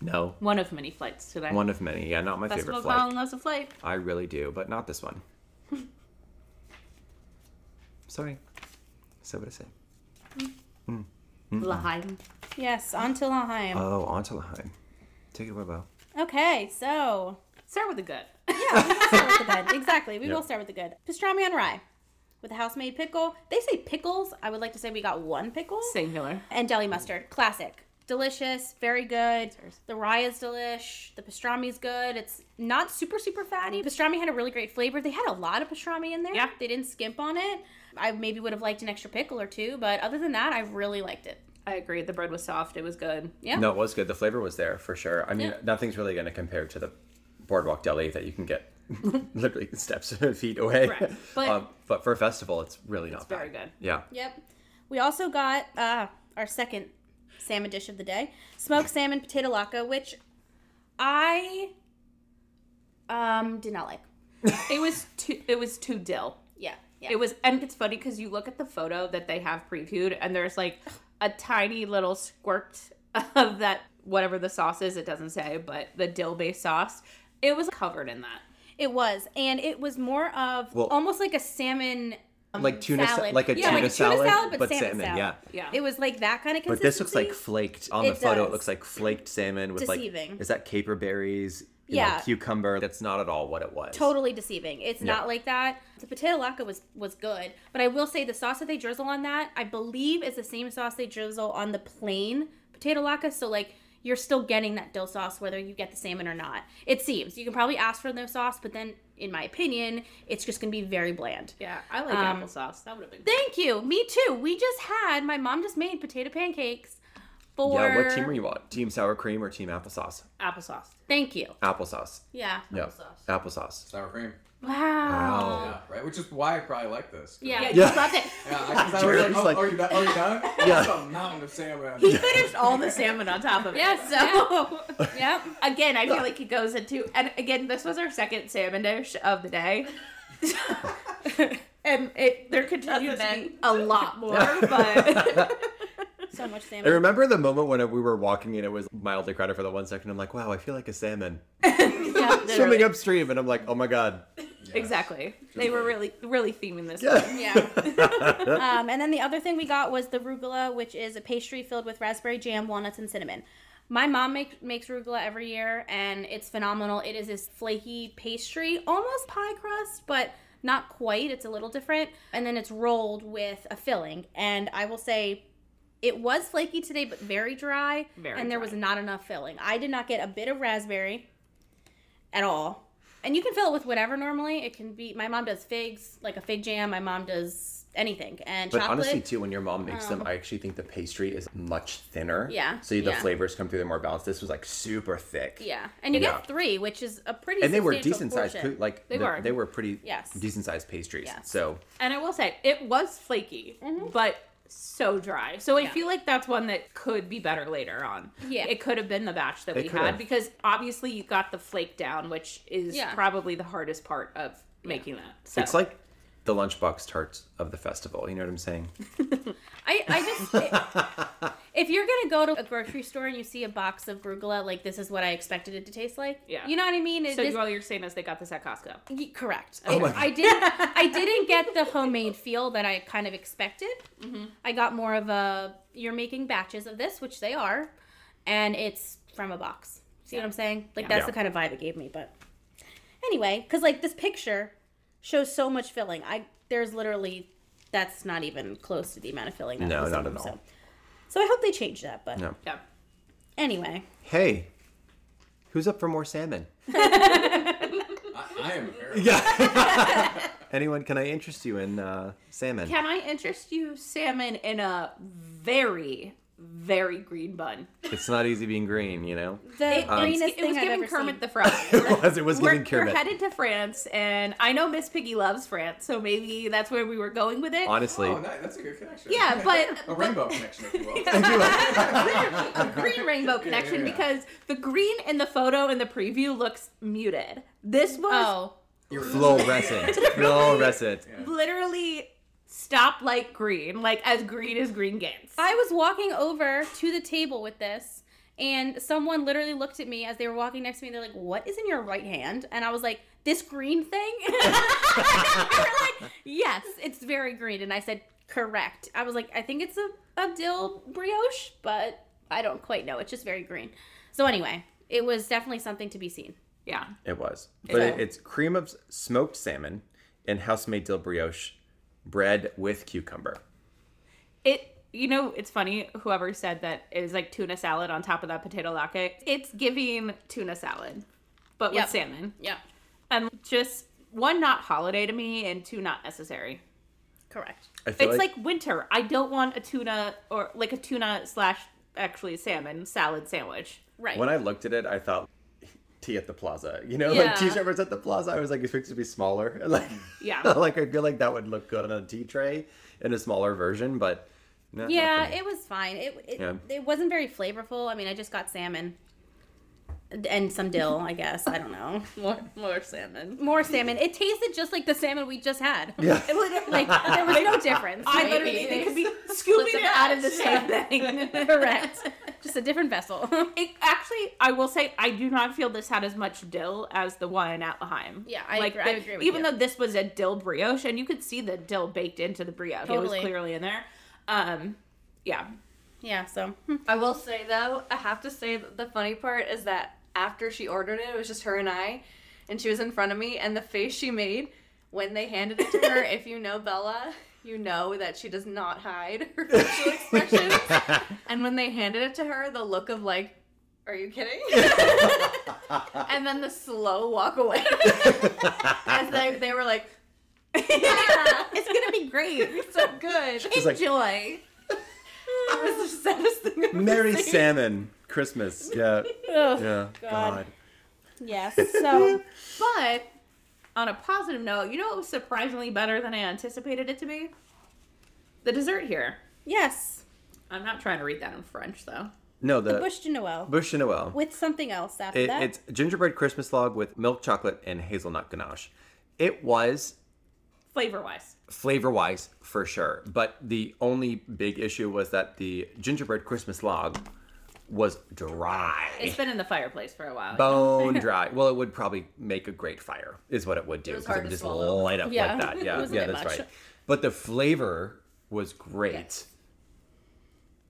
No. one of many flights today. One of many. Yeah, not my Festival favorite flight. Colin loves a flight. I really do, but not this one. Sorry. So what I say? Mm-hmm. Laheim. Yes, on to Laheim. Oh, on to Laheim. Take it away, Bo. okay, so Start with the good. start with the good. Exactly. We Yep. will start with the good. Pastrami on rye with a house made pickle. They say pickles. I would like to say we got one pickle. Singular. And deli mustard. Classic. Delicious. Very good. The rye is delish. The pastrami is good. It's not super, super fatty. Pastrami had a really great flavor. They had a lot of pastrami in there. Yeah. They didn't skimp on it. I maybe would have liked an extra pickle or two, but other than that, I really liked it. I agree. The bread was soft. It was good. Yeah. No, it was good. The flavor was there for sure. I mean, Yeah. nothing's really going to compare to the boardwalk deli that you can get literally steps and feet away. Um, Correct. But- but for a festival, it's really not very bad. good. Yeah. Yep. We also got uh, our second salmon dish of the day smoked salmon potato latke, which I um, did not like. It was too. It was too dill. Yeah. yeah. It was, and it's funny because you look at the photo that they have previewed, and there's like a tiny little squirt of that whatever the sauce is. It doesn't say, but the dill-based sauce. It was covered in that. It was, and it was more of Well- almost like a salmon. Like tuna, sa- salad. like a Yeah, tuna, like a tuna salad, salad, but but salmon salmon. salad. Yeah. Yeah. It was like that kind of But consistency. this looks like flaked on the It photo. It does. looks like flaked salmon with Deceiving. like is that caper berries? you know, Yeah. cucumber. That's not at all what it was. totally deceiving. It's Yeah. not like that. The potato latke was was good, but I will say the sauce that they drizzle on that, I believe, is the same sauce they drizzle on the plain potato latke. So like you're still getting that dill sauce whether you get the salmon or not. It seems you can probably ask for no sauce, but then in my opinion, it's just going to be very bland. Yeah, I like Um, applesauce. That would have been. Thank you. Me too. We just had my mom just made potato pancakes. For Yeah. What team are you on? Team sour cream or team applesauce? applesauce. Thank you. Applesauce. Yeah. Yeah. Applesauce. Sour cream. Wow. Wow. Yeah, right. Which is why I probably like this. Yeah, Yeah. yeah. you Yeah. loved it. Yeah, I, 'cause I was Jared's like, oh, like- are you done? Are you done? Yeah. That's a mountain of salmon. Finished all the salmon on top of it. so yep. Again, I feel like it goes into, and again, this was our second salmon dish of the day. and it there continues to be a lot more, but So much salmon. I remember the moment when we were walking and it was mildly crowded for the one second. I'm like, wow, I feel like a salmon. swimming upstream, and I'm like, oh my god. exactly. They were really, really theming this. one. Yeah. Yeah. um, and then the other thing we got was the rugula, which is a pastry filled with raspberry jam, walnuts, and cinnamon. My mom make, makes rugula every year, and it's phenomenal. It is this flaky pastry, almost pie crust, but not quite. It's a little different. And then it's rolled with a filling. And I will say, it was flaky today, but very dry. Very and there dry. was not enough filling. I did not get a bit of raspberry at all. And you can fill it with whatever normally. It can be my mom does figs, like a fig jam. My mom does anything and But chocolate. Oh. honestly, too, when your mom makes them, I actually think the pastry is much thinner. Yeah, So the yeah. flavors come through; they're more balanced. This was like super thick. yeah, and you Yeah. get three, which is a pretty. And they were substantial decent sized, portion. poo- like They the- were. They were pretty Yes. decent sized pastries. Yes. So And I will say, it was flaky, but so dry. So I Mm-hmm. Yeah. feel like that's one that could be better later on. Yeah. It could have been the batch that It we could had have. because obviously you got the flake down, which is Yeah. probably the hardest part of making that. So it's like the lunchbox tarts of the festival. You know what I'm saying? I, I just if you're gonna go to a grocery store and you see a box of rugula, like this is what I expected it to taste like. Yeah. you know what I mean. It, So this- all you're saying is they got this at Costco. y- correct. Oh my It- I did. I didn't get the homemade feel that I kind of expected. Mm-hmm. I got more of a you're making batches of this, which they are, and it's from a box. See what I'm saying? Like that's Yeah. the kind of vibe it gave me. But anyway, because like this picture shows so much filling. I there's literally that's not even close to the amount of filling. That No, was not in at them, all. So, so I hope they change that. But No. Yeah. anyway, Hey, who's up for more salmon? I, I am very Anyone? Can I interest you in uh, salmon? Can I interest you, salmon, in a very, very green bun? It's not easy being green, you know. the It, greenest it was thing I've giving ever Kermit seen. the Frog. It was. It was we're, giving Kermit. we're headed to France, and I know Miss Piggy loves France, so maybe that's where we were going with it. Honestly, Oh, nice. That's a good connection. Yeah, but- a rainbow connection, if you will. a green rainbow connection yeah. because the green in the photo in the preview looks muted. This was Oh, You're- fluorescent, fluorescent. literally stoplight green, like as green as green gets. I was walking over to the table with this, and someone literally looked at me as they were walking next to me. And they're like, "What is in your right hand?" And I was like, "This green thing." they were like, "Yes, it's very green." And I said, "Correct." I was like, "I think it's a, a dill brioche, but I don't quite know. It's just very green." So anyway, it was definitely something to be seen. yeah. It was, but it, it's cream of s- smoked salmon and house-made dill brioche bread with cucumber. It you know, it's funny, whoever said that it was like tuna salad on top of that potato latte. It's giving tuna salad. But Yep. with salmon. Yeah, And just one not holiday to me and two not necessary. correct. I feel It's like, winter. I don't want a tuna or like a tuna slash actually salmon salad sandwich. Right. when I looked at it, I thought tea at the plaza. You know, Yeah. like t-shirt was at the plaza. I was like, it's supposed to be smaller. Like, Yeah. like I feel like that would look good on a tea tray in a smaller version, but no, not for Yeah, me. it was fine. It it, Yeah. it wasn't very flavorful. I mean, I just got salmon and some dill, I guess. I don't know. More more salmon. More salmon. It tasted just like the salmon we just had. Yeah. It was- like there was no difference. I literally they could be scooping it out of the same thing. correct. Just a different vessel. It actually, I will say, I do not feel this had as much dill as the one in Atlaheim. Yeah, I agree- I agree with even you. though this was a dill brioche, and you could see the dill baked into the brioche, it was Totally. clearly in there. Um, yeah, yeah. So hmm. I will say though, I have to say that the funny part is that after she ordered it, it was just her and I, and she was in front of me, and the face she made when they handed it to her. if you know Bella, you know that she does not hide her facial expressions. and when they handed it to her, the look of like, "Are you kidding?" and then the slow walk away as they they were like, "Yeah, it's gonna be great. it's so good." It's like Enjoy. It was the saddest thing. I've ever Merry seen. Salmon Christmas. Yeah. Oh, yeah. God. yes. So But on a positive note, you know what was surprisingly better than I anticipated it to be? The dessert here. yes, I'm not trying to read that in French though. No, the, the Bush de Noel Bush and Noel. with something else after It, that. it's gingerbread Christmas log with milk chocolate and hazelnut ganache. It was Flavor wise. flavor wise for sure, but the only big issue was that the gingerbread Christmas log was dry. It's been in the fireplace for a while. bone dry. Well, it would probably make a great fire, is what it would do. was 'cause hard would to just swallow. light up Yeah. like that. Yeah, It was a yeah, bit that's much. right. But the flavor was great.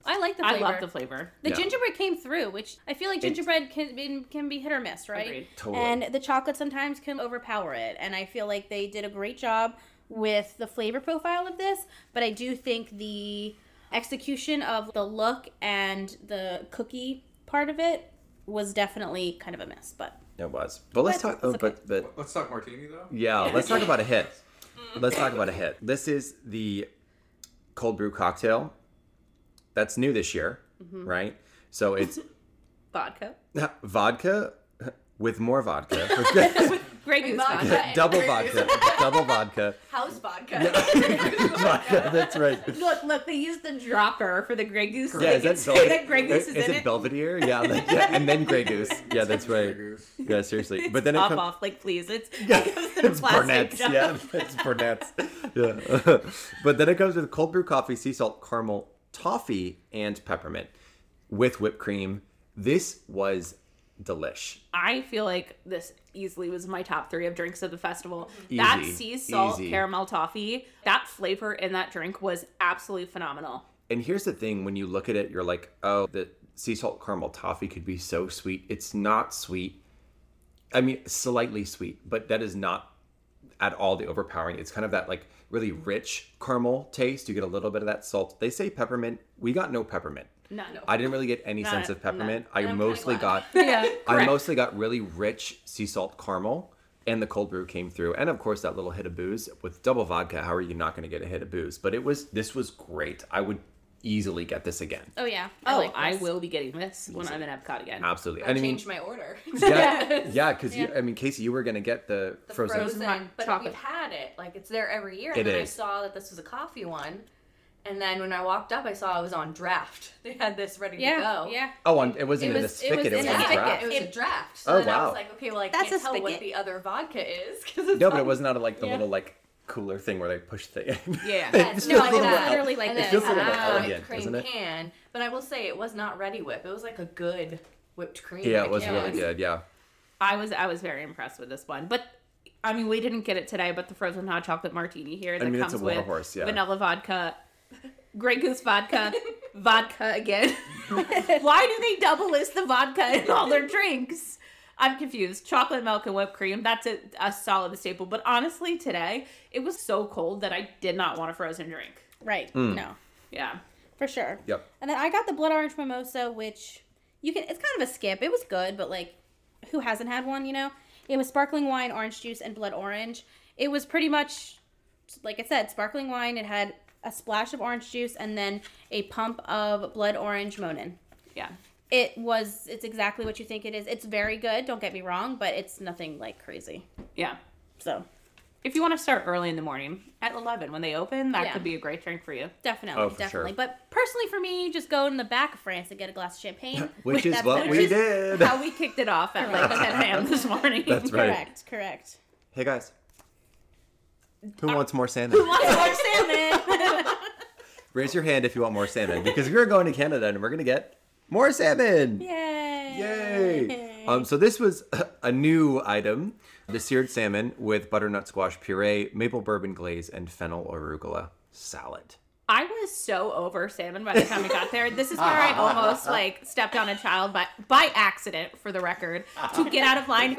I like the I flavor. love the flavor. The Yeah. gingerbread came through, which I feel like gingerbread can be, can be hit or miss, right? Agreed. Totally. And the chocolate sometimes can overpower it, and I feel like they did a great job with the flavor profile of this, but I do think the execution of the look and the cookie part of it was definitely kind of a miss, but It was. But let's But talk. Oh, it's okay. but but Let's talk martini though. yeah, let's talk about a hit. Let's talk about a hit. This is the cold brew cocktail. That's new this year, Mm-hmm. right? So it's Vodka. vodka with more vodka, Grey Goose Vodka vodka. and double vodka, double vodka. House vodka. vodka. That's right. Look, look, they used the dropper for the Grey Goose. Yeah, They is can that, say Bel- that Grey Goose is, in it, it. Belvedere? Yeah, like, yeah, and then Grey Goose. Yeah, that's right. Goose. Yeah, seriously. But then it Pop comes. off, like please. It's Yeah, it comes in a it's plastic Burnett's. jug. Yeah, it's Burnett's. Yeah. but then it comes with cold brew coffee, sea salt, caramel, toffee, and peppermint with whipped cream. This was delish. I feel like this easily was my top three of drinks of the festival. That Easy. sea salt Easy. caramel toffee, that flavor in that drink was absolutely phenomenal. And here's the thing when you look at it, you're like, oh, the sea salt caramel toffee could be so sweet. It's not sweet. I mean, slightly sweet, but that is not at all the overpowering. It's kind of that like really rich caramel taste. You get a little bit of that salt. They say peppermint. We got no peppermint. No, no. I didn't really get any sense of peppermint. I I'm kinda mostly got glad. yeah. I correct. mostly got really rich sea salt caramel, and the cold brew came through, and of course that little hit of booze with double vodka. How are you not going to get a hit of booze? But it was this was great. I would easily get this again. Oh yeah. Oh, I, like this. will be getting this when I'm in Epcot again. Absolutely. I, And I mean, changed my order. yeah, yeah, because Yeah. you, I mean, Casey, you were going to get the, The frozen. frozen, hot but chocolate. we've had it. Like it's there every year. It and then is. I saw that this was a coffee one. And then when I walked up, I saw it was on draft. They had this ready Yeah. to go. Yeah. Oh, and it wasn't It in was- this it was thicket; it was in a in the thicket. draft. It was a draft. So Oh, then I wow. was like, okay, well, I That's can't a tell spigot. what the other vodka is because it's No, but it on- wasn't out of like the Yeah. little like cooler thing where they push the. Yeah. It just no, feels a I little did bit that. literally like and this. then It feels a little I had elegant, cream doesn't it? Can, but I will say it was not Ready Whip. It was like a good whipped cream. Yeah, I it was guess. really good. Yeah. I was I was very impressed with this one, but I mean we didn't get it today. But the frozen hot chocolate martini here that mean, it's comes a with warhorse, yeah. vanilla vodka, Grey Goose vodka, vodka again. Why do they double list the vodka in all their drinks? I'm confused. Chocolate milk and whipped cream. That's a, a solid staple. But honestly, today it was so cold that I did not want a frozen drink. Right. No. Yeah. For sure. Mm. Yep. And then I got the blood orange mimosa, which you can. It's kind of a skip. It was good, but like, who hasn't had one? You know, it was sparkling wine, orange juice, and blood orange. It was pretty much, like I said, sparkling wine. It had a splash of orange juice and then a pump of blood orange Monin. Yeah. It was. It's exactly what you think it is. It's very good. Don't get me wrong, but it's nothing like crazy. Yeah. So If you want to start early in the morning at 11 when they open, that Yeah. could be a great drink for you. definitely, Oh, for sure. definitely. But personally, for me, just go in the back of France and get a glass of champagne. Which is That's what better. we did. How we kicked it off at like 10 a.m. this morning. That's right. Correct. Correct. Hey guys, who wants more salmon? More salmon. Raise your hand if you want more salmon because we're going to Canada and we're going to get more salmon. Yay! Yay! Um, so this was a new item: the seared salmon with butternut squash puree, maple bourbon glaze, and fennel or arugula salad. I was so over salmon by the time we got there. This is where I almost like stepped on a child by by accident, for the record, to get out of line.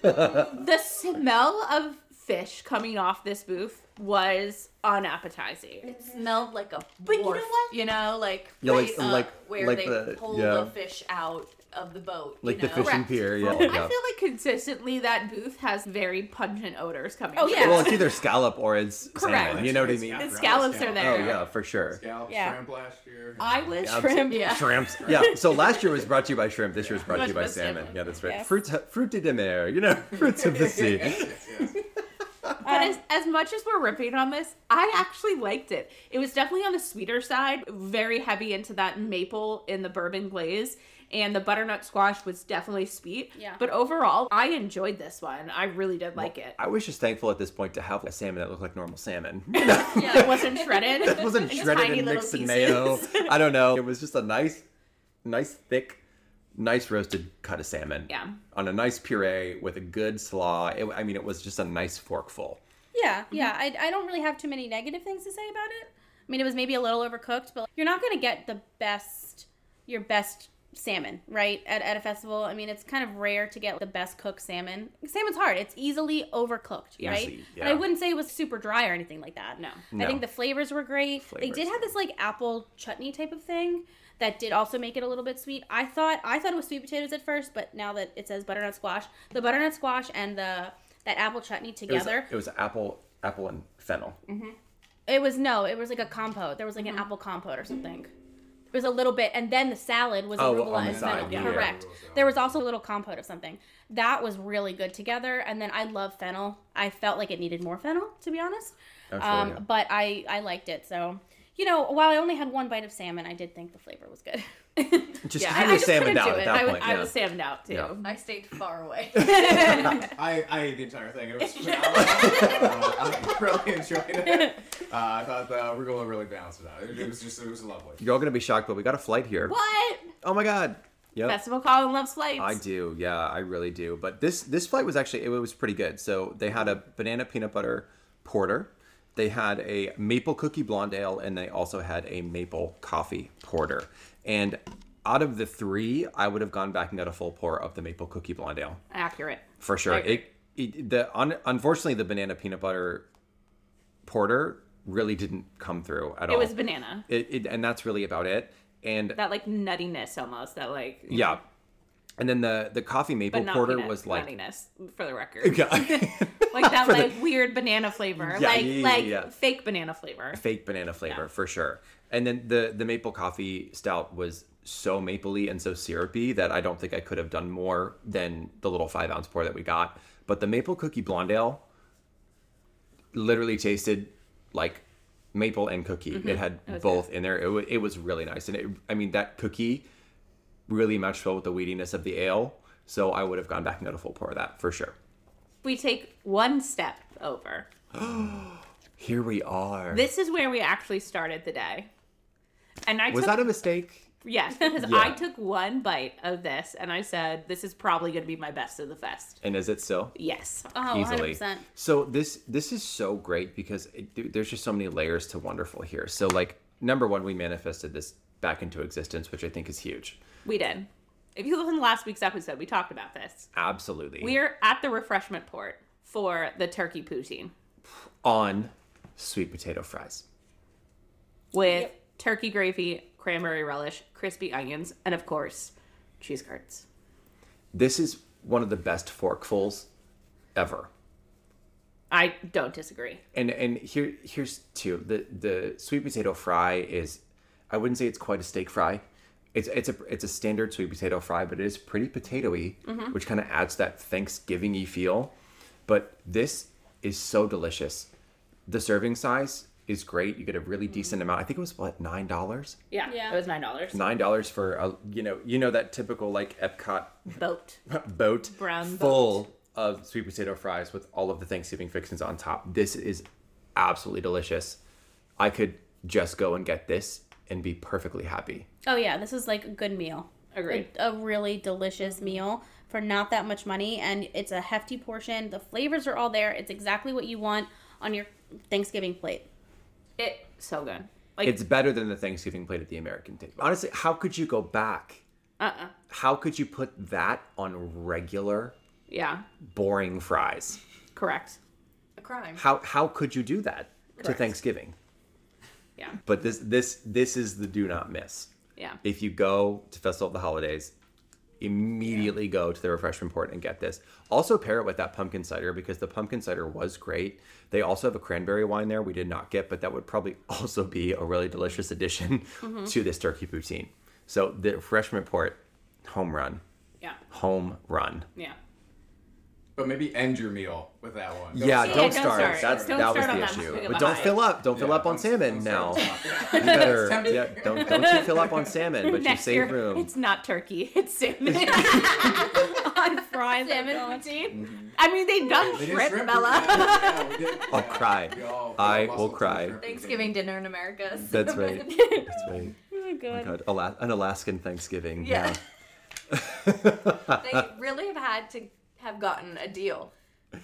the smell of fish coming off this booth was unappetizing. It smelled like a But you know wharf, what? You know, like Yeah, like- right up like- uh, where like they the- pull yeah. the fish out of the boat. Like you the know? fishing pier. Yeah. I feel yeah. like consistently that booth has very pungent odors coming. Oh, from yeah. it. Well, it's either scallop or it's Correct. salmon. You know what I mean? The scallops are there. Oh yeah, for sure. Scallops, Yeah. shrimp last year. I was Shrimp. Yeah. Shrimps. Yeah. So last year was brought to you by shrimp. This year was brought to you by Much better. salmon. Yeah, that's right. Yes. Fruits, fruit de mer. You know, fruits of the sea. But as, as much as we're ripping on this, I actually liked it. It was definitely on the sweeter side, very heavy into that maple in the bourbon glaze, and the butternut squash was definitely sweet. Yeah. But overall, I enjoyed this one. I really did like it. I was just thankful at this point to have a salmon that looked like normal salmon. Yeah, it wasn't shredded. It wasn't Just shredded tiny and little mixed in pieces. mayo. I don't know. It was just a nice, nice thick, nice roasted cut of salmon. Yeah. On a nice puree with a good slaw. It, I mean, it was just a nice forkful. Yeah, Mm-hmm. yeah. I, I don't really have too many negative things to say about it. I mean, it was maybe a little overcooked, but you're not gonna get the best, your best salmon, right? At, at a festival. I mean, it's kind of rare to get the best cooked salmon. Salmon's hard. It's easily overcooked, right? Easy, And I yeah. wouldn't say it was super dry or anything like that. No. No. I think the flavors were great. they Flavors, did have this like apple chutney type of thing that did also make it a little bit sweet. I thought I thought it was sweet potatoes at first, but now that it says butternut squash, the butternut squash and the that apple chutney It was, together, it was apple, apple and fennel. Mm. it was no, it was like a compote. There was like an apple compote or something. It was a little bit, and then the salad was Oh, arugula on the and side, fennel. yeah. Correct. Arugula salad. There was also a little compote of something that was really good together. And then I love fennel. I felt like it needed more fennel, to be honest. Oh, sure, um, yeah. But I I liked it. So you know, while I only had one bite of salmon, I did think the flavor was good. Just Yeah, yeah, I- I you were just salmon couldn't out do at it. that I, point. was- I yeah. was salmon out too. Yeah. I stayed far away. I, I ate the entire thing. It was phenomenal. uh, I really enjoyed it. Uh, I thought the arugula really balanced it out. It, it was just, it was lovely. You're all gonna be shocked, but we got a flight here. What? Oh my god. Yep. Festival Colin loves flights. I do, yeah, I really do. But this this flight was actually it was pretty good. So they had a banana peanut butter porter, they had a maple cookie blonde ale, and they also had a maple coffee porter. And out of the three, I would have gone back and got a full pour of the maple cookie blonde ale Accurate. for sure. agree. It it, the un, unfortunately the banana peanut butter porter really didn't come through at It all. was banana. It- it- and that's really about it. And That like nuttiness almost. That like yeah, and then the the coffee maple but not porter peanut- was like nuttiness for the record. yeah, Like that For the- like weird banana flavor. Yeah, like yeah, yeah, like yeah. fake banana flavor. fake banana flavor for sure. And then the the maple coffee stout was so mapley and so syrupy that I don't think I could have done more than the little five ounce pour that we got. But the maple cookie blonde ale literally tasted like maple and cookie. Mm-hmm. It had both in there. It, w- it was really nice, and it, I mean that cookie really matched well with the weediness of the ale. So I would have gone back and got a full pour of that for sure. We take one step over. Here we are. This is where we actually started the day. And I was took that a mistake? yes, because Yeah. I took one bite of this and I said, This is probably gonna be my best of the fest. And is it still? Yes. Um, Oh, easily. 100%. So this this is so great because it, there- there's just so many layers to wonderful here. So like number one, we manifested this back into existence, which I think is huge. We did. If you listen to last week's episode, we talked about this. Absolutely. We're at the refreshment port for the turkey poutine on sweet potato fries. with turkey gravy, cranberry relish, crispy onions, and of course, cheese curds. This is one of the best forkfuls ever. I don't disagree. and and here here's two the the sweet potato fry is i wouldn't say it's quite a steak fry it's it's a it's a standard sweet potato fry but it is pretty potatoy which kind of adds that thanksgiving-y feel but this is so delicious the serving size is great you get a really decent amount i think it was what nine dollars Yeah, Yeah. it was nine dollars. nine dollars for a you know you know that typical like epcot Boat. boat Brown full of sweet potato fries with all of the Thanksgiving fixings on top. This is absolutely delicious. I could just go and get this and be perfectly happy. Oh yeah, this is like a good meal. Agreed. A, a really delicious meal for not that much money, and it's a hefty portion. The flavors are all there. It's exactly what you want on your Thanksgiving plate. It so good. Like It's better than the Thanksgiving plate at the American table. Honestly, how could you go back? uh-uh. How could you put that on regular Yeah, boring fries? correct. A crime. How how could you do that to Thanksgiving? Yeah. But this this this is the do not miss. Yeah. if you go to Festival of the Holidays, immediately go to the refreshment port and get this. Also pair it with that pumpkin cider because the pumpkin cider was great. They also have a cranberry wine there we did not get, but that would probably also be a really delicious addition to this turkey poutine. So the refreshment port, home run, Yeah. home run. Yeah. But maybe end your meal with that one. yeah, Yeah, don't, don't start. start. That's, Don't that start on was that the issue. big of But a don't high. fill up. Don't fill Yeah, up on don't- salmon don't now. start You better, yeah, don't, don't you fill up on salmon, but you Next save year, room. it's not turkey. It's salmon. On fries, salmon poutine. I mean, they've done They Mm-hmm. did shrimp, shrimp Bella. Yeah, yeah, we did. I'll Yeah, cry. we all- we all I muscled will through cry. shrimp. Thanksgiving dinner in America. is- That's right. That's right. Oh Oh my good. God. Ala- an Alaskan Thanksgiving. Yeah. they really have had to have gotten a deal.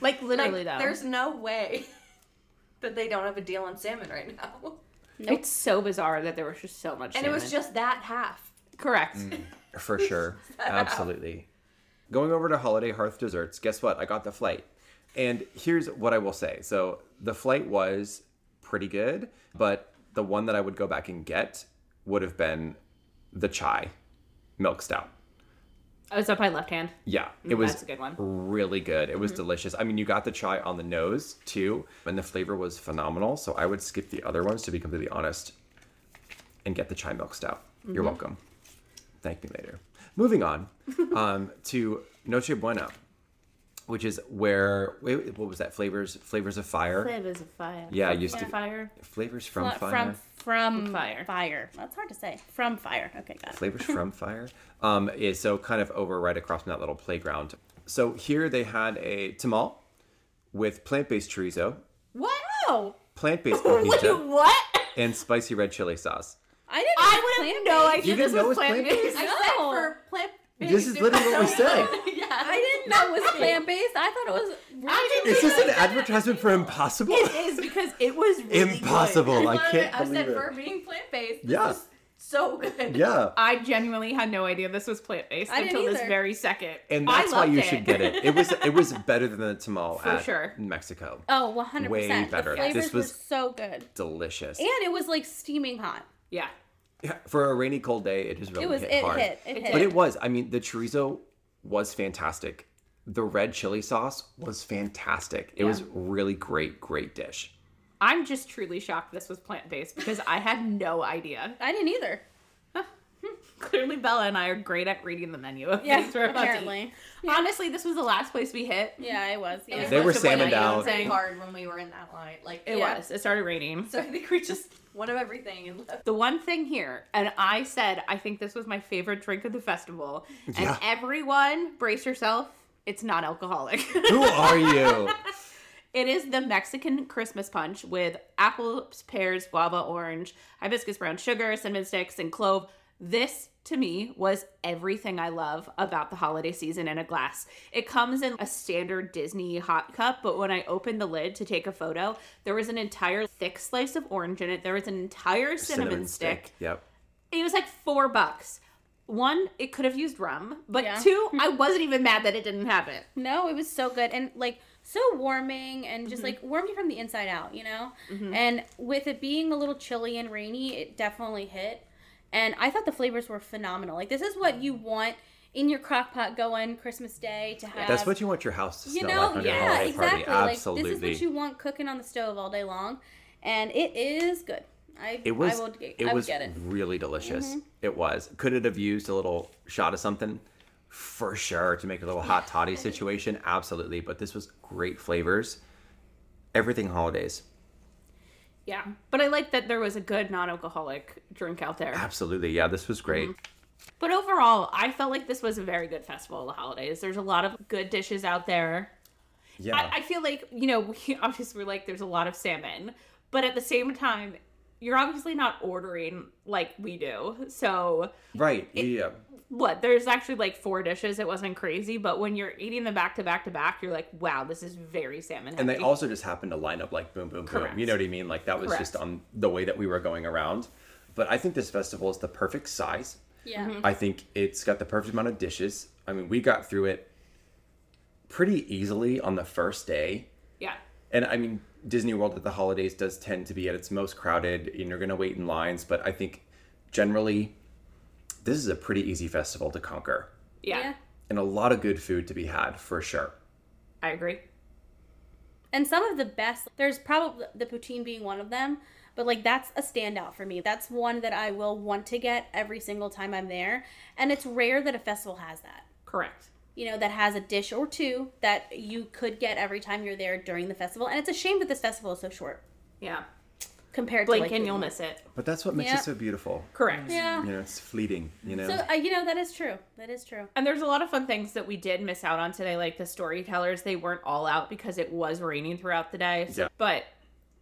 Like Like, literally though, There's no way that they don't have a deal on salmon right now. it's so bizarre that there was just so much. And it was salmon. just that half. correct. yeah, for sure. Absolutely. Going over to Holiday Hearth Desserts, guess what? I got the flight. And here's what I will say. So the flight was pretty good, but the one that I would go back and get would have been the chai milk stout. Oh, it's up my left hand. Yeah, it was Mm, that's a good one. Mm-hmm. really good. It was delicious. I mean, you got the chai on the nose too, and the flavor was phenomenal. So I would skip the other ones to be completely honest and get the chai milk stout. Mm-hmm. You're welcome. Thank me later. Moving on um, to Noche Buena, which is where wait, what was that? Flavors, flavors of fire. It was a fire. Yeah, I used to fire. flavors from Not fire. From from Fire. fire. That's hard to say. From fire. Okay, got it. flavors from fire um is so kind of over right across from that little playground so here they had a tamal with plant-based chorizo What? Oh, plant-based fajita, What? and spicy red chili sauce I didn't. I would have no idea You this didn't know it was was plant plant-based? based. I said No. for plant this is literally what we said Yeah. I didn't know it was plant based. I thought it was. I didn't is this think an advertisement for impossible it is because it was really good. impossible i can't I believe said it for being plant based. yeah so good. Yeah. I genuinely had no idea this was plant based I didn't until this either. very second. And I that's why loved you should get it. It was it was better than the tamal For at sure. Mexico. Oh, 100%. Way better. The flavors This was- were so good. Delicious. And it was like steaming hot. Yeah. Yeah, For a rainy cold day, it just really It was, hit it hard. hit. It, hit. But it was. I mean, the chorizo was fantastic. The red chili sauce was fantastic. It was really great, great dish. I'm just truly shocked this was plant based because I had no idea. I didn't either. Clearly, Bella and I are great at reading the menu of Yeah, things we're about to eat. apparently. Honestly, this was the last place we hit. Yeah, it was. Yeah. They were Bunch of white salmon onions down. Pretty and- hard when we were in that line. Like It Yeah. was. It started raining. So I think we just one of everything and left. The one thing here, and I said, I think this was my favorite drink of the festival. And Yeah. everyone, brace yourself, it's not alcoholic. Who are you? it is the Mexican Christmas punch with apples, pears, guava, orange, hibiscus brown sugar, cinnamon sticks, and clove. This to me was everything I love about the holiday season in a glass. It comes in a standard Disney hot cup, but when I opened the lid to take a photo, there was an entire thick slice of orange in it. There was an entire cinnamon, stick. Yep. It was like four bucks. One, it could have used rum, but Yeah. two, I wasn't even mad that it didn't have it. No, it was so good and like so warming and just like warmed you from the inside out, you know? And with it being a little chilly and rainy, it definitely hit. And I thought the flavors were phenomenal. Like this is what you want in your crock pot going Christmas Day to have. That's what you want your house to you smell know, like on your yeah, holiday exactly. party. Like Absolutely. this is what you want cooking on the stove all day long. And it is good. I it was I will it get, I will was get it. Mm-hmm. really delicious. It was. Could it have used a little shot of something? For sure, to make a little hot toddy situation, absolutely. But this was great flavors. Everything holidays. Yeah. But I like that there was a good non alcoholic drink out there. Absolutely. Yeah, this was great. Mm-hmm. But overall, I felt like this was a very good festival of the holidays. There's a lot of good dishes out there. Yeah. I, I feel like, you know, we obviously were like, there's a lot of salmon, but at the same time, you're obviously not ordering like we do. So, right. yeah. what? There's actually like four dishes. It wasn't crazy, but when you're eating them back to back to back, you're like, wow, this is very salmon. And they heavy. also just happened to line up like boom, boom, Correct. boom. You know what I mean? Like that was just Correct. on the way that we were going around. But I think this festival is the perfect size. Yeah. I think it's got the perfect amount of dishes. I mean, we got through it pretty easily on the first day. yeah. And I mean, Disney World at the holidays does tend to be at its most crowded, and you're going to wait in lines. But I think generally, this is a pretty easy festival to conquer Yeah. yeah. and a lot of good food to be had for sure. I agree. and some of the best there's probably the poutine being one of them but like that's a standout for me that's one that i will want to get every single time i'm there and it's rare that a festival has that Correct. you know that has a dish or two that you could get every time you're there during the festival and it's a shame that this festival is so short Yeah. compared Blink to like and the- you'll miss it. But that's what makes Yeah. it so beautiful. Correct. yeah You know, it's fleeting, you know? so uh, you know that is true that is true And there's a lot of fun things that we did miss out on today, like the storytellers. They weren't all out because it was raining throughout the day. So- Yeah. But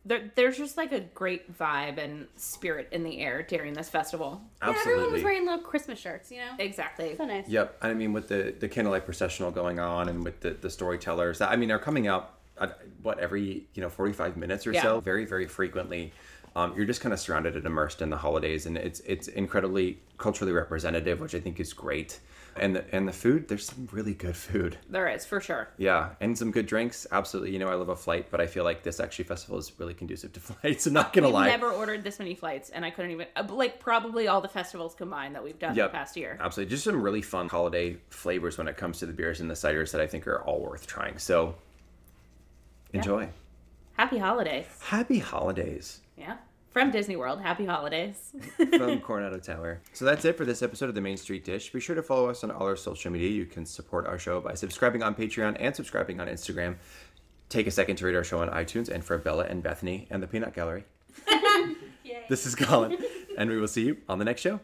there, there's just like a great vibe and spirit in the air during this festival. yeah everyone was Absolutely. wearing little christmas shirts you know Exactly. so nice Yep. I mean, with the the candlelight processional going on, and with the the storytellers, I mean, they're coming out at, what every you know forty five minutes or Yeah. so, very very frequently. Um, you're just kind of surrounded and immersed in the holidays, and it's it's incredibly culturally representative, which I think is great. And the, and the food, there's some really good food. There is, for sure. Yeah, and some good drinks. Absolutely. You know, I love a flight, but I feel like this actually festival is really conducive to flights. I'm not gonna We've lie. never ordered this many flights, and I couldn't even, uh, like, probably all the festivals combined that we've done Yep. the past year. Absolutely. Just some really fun holiday flavors when it comes to the beers and the ciders that I think are all worth trying. So enjoy. Happy holidays. Happy holidays Yeah. From Disney World, happy holidays. from Coronado Tower. So that's it for this episode of the Main Street Dish. Be sure to follow us on all our social media. You can support our show by subscribing on Patreon and subscribing on Instagram. Take a second to rate our show on iTunes and for Bella and Bethany and the Peanut Gallery. this is Colin, and we will see you on the next show.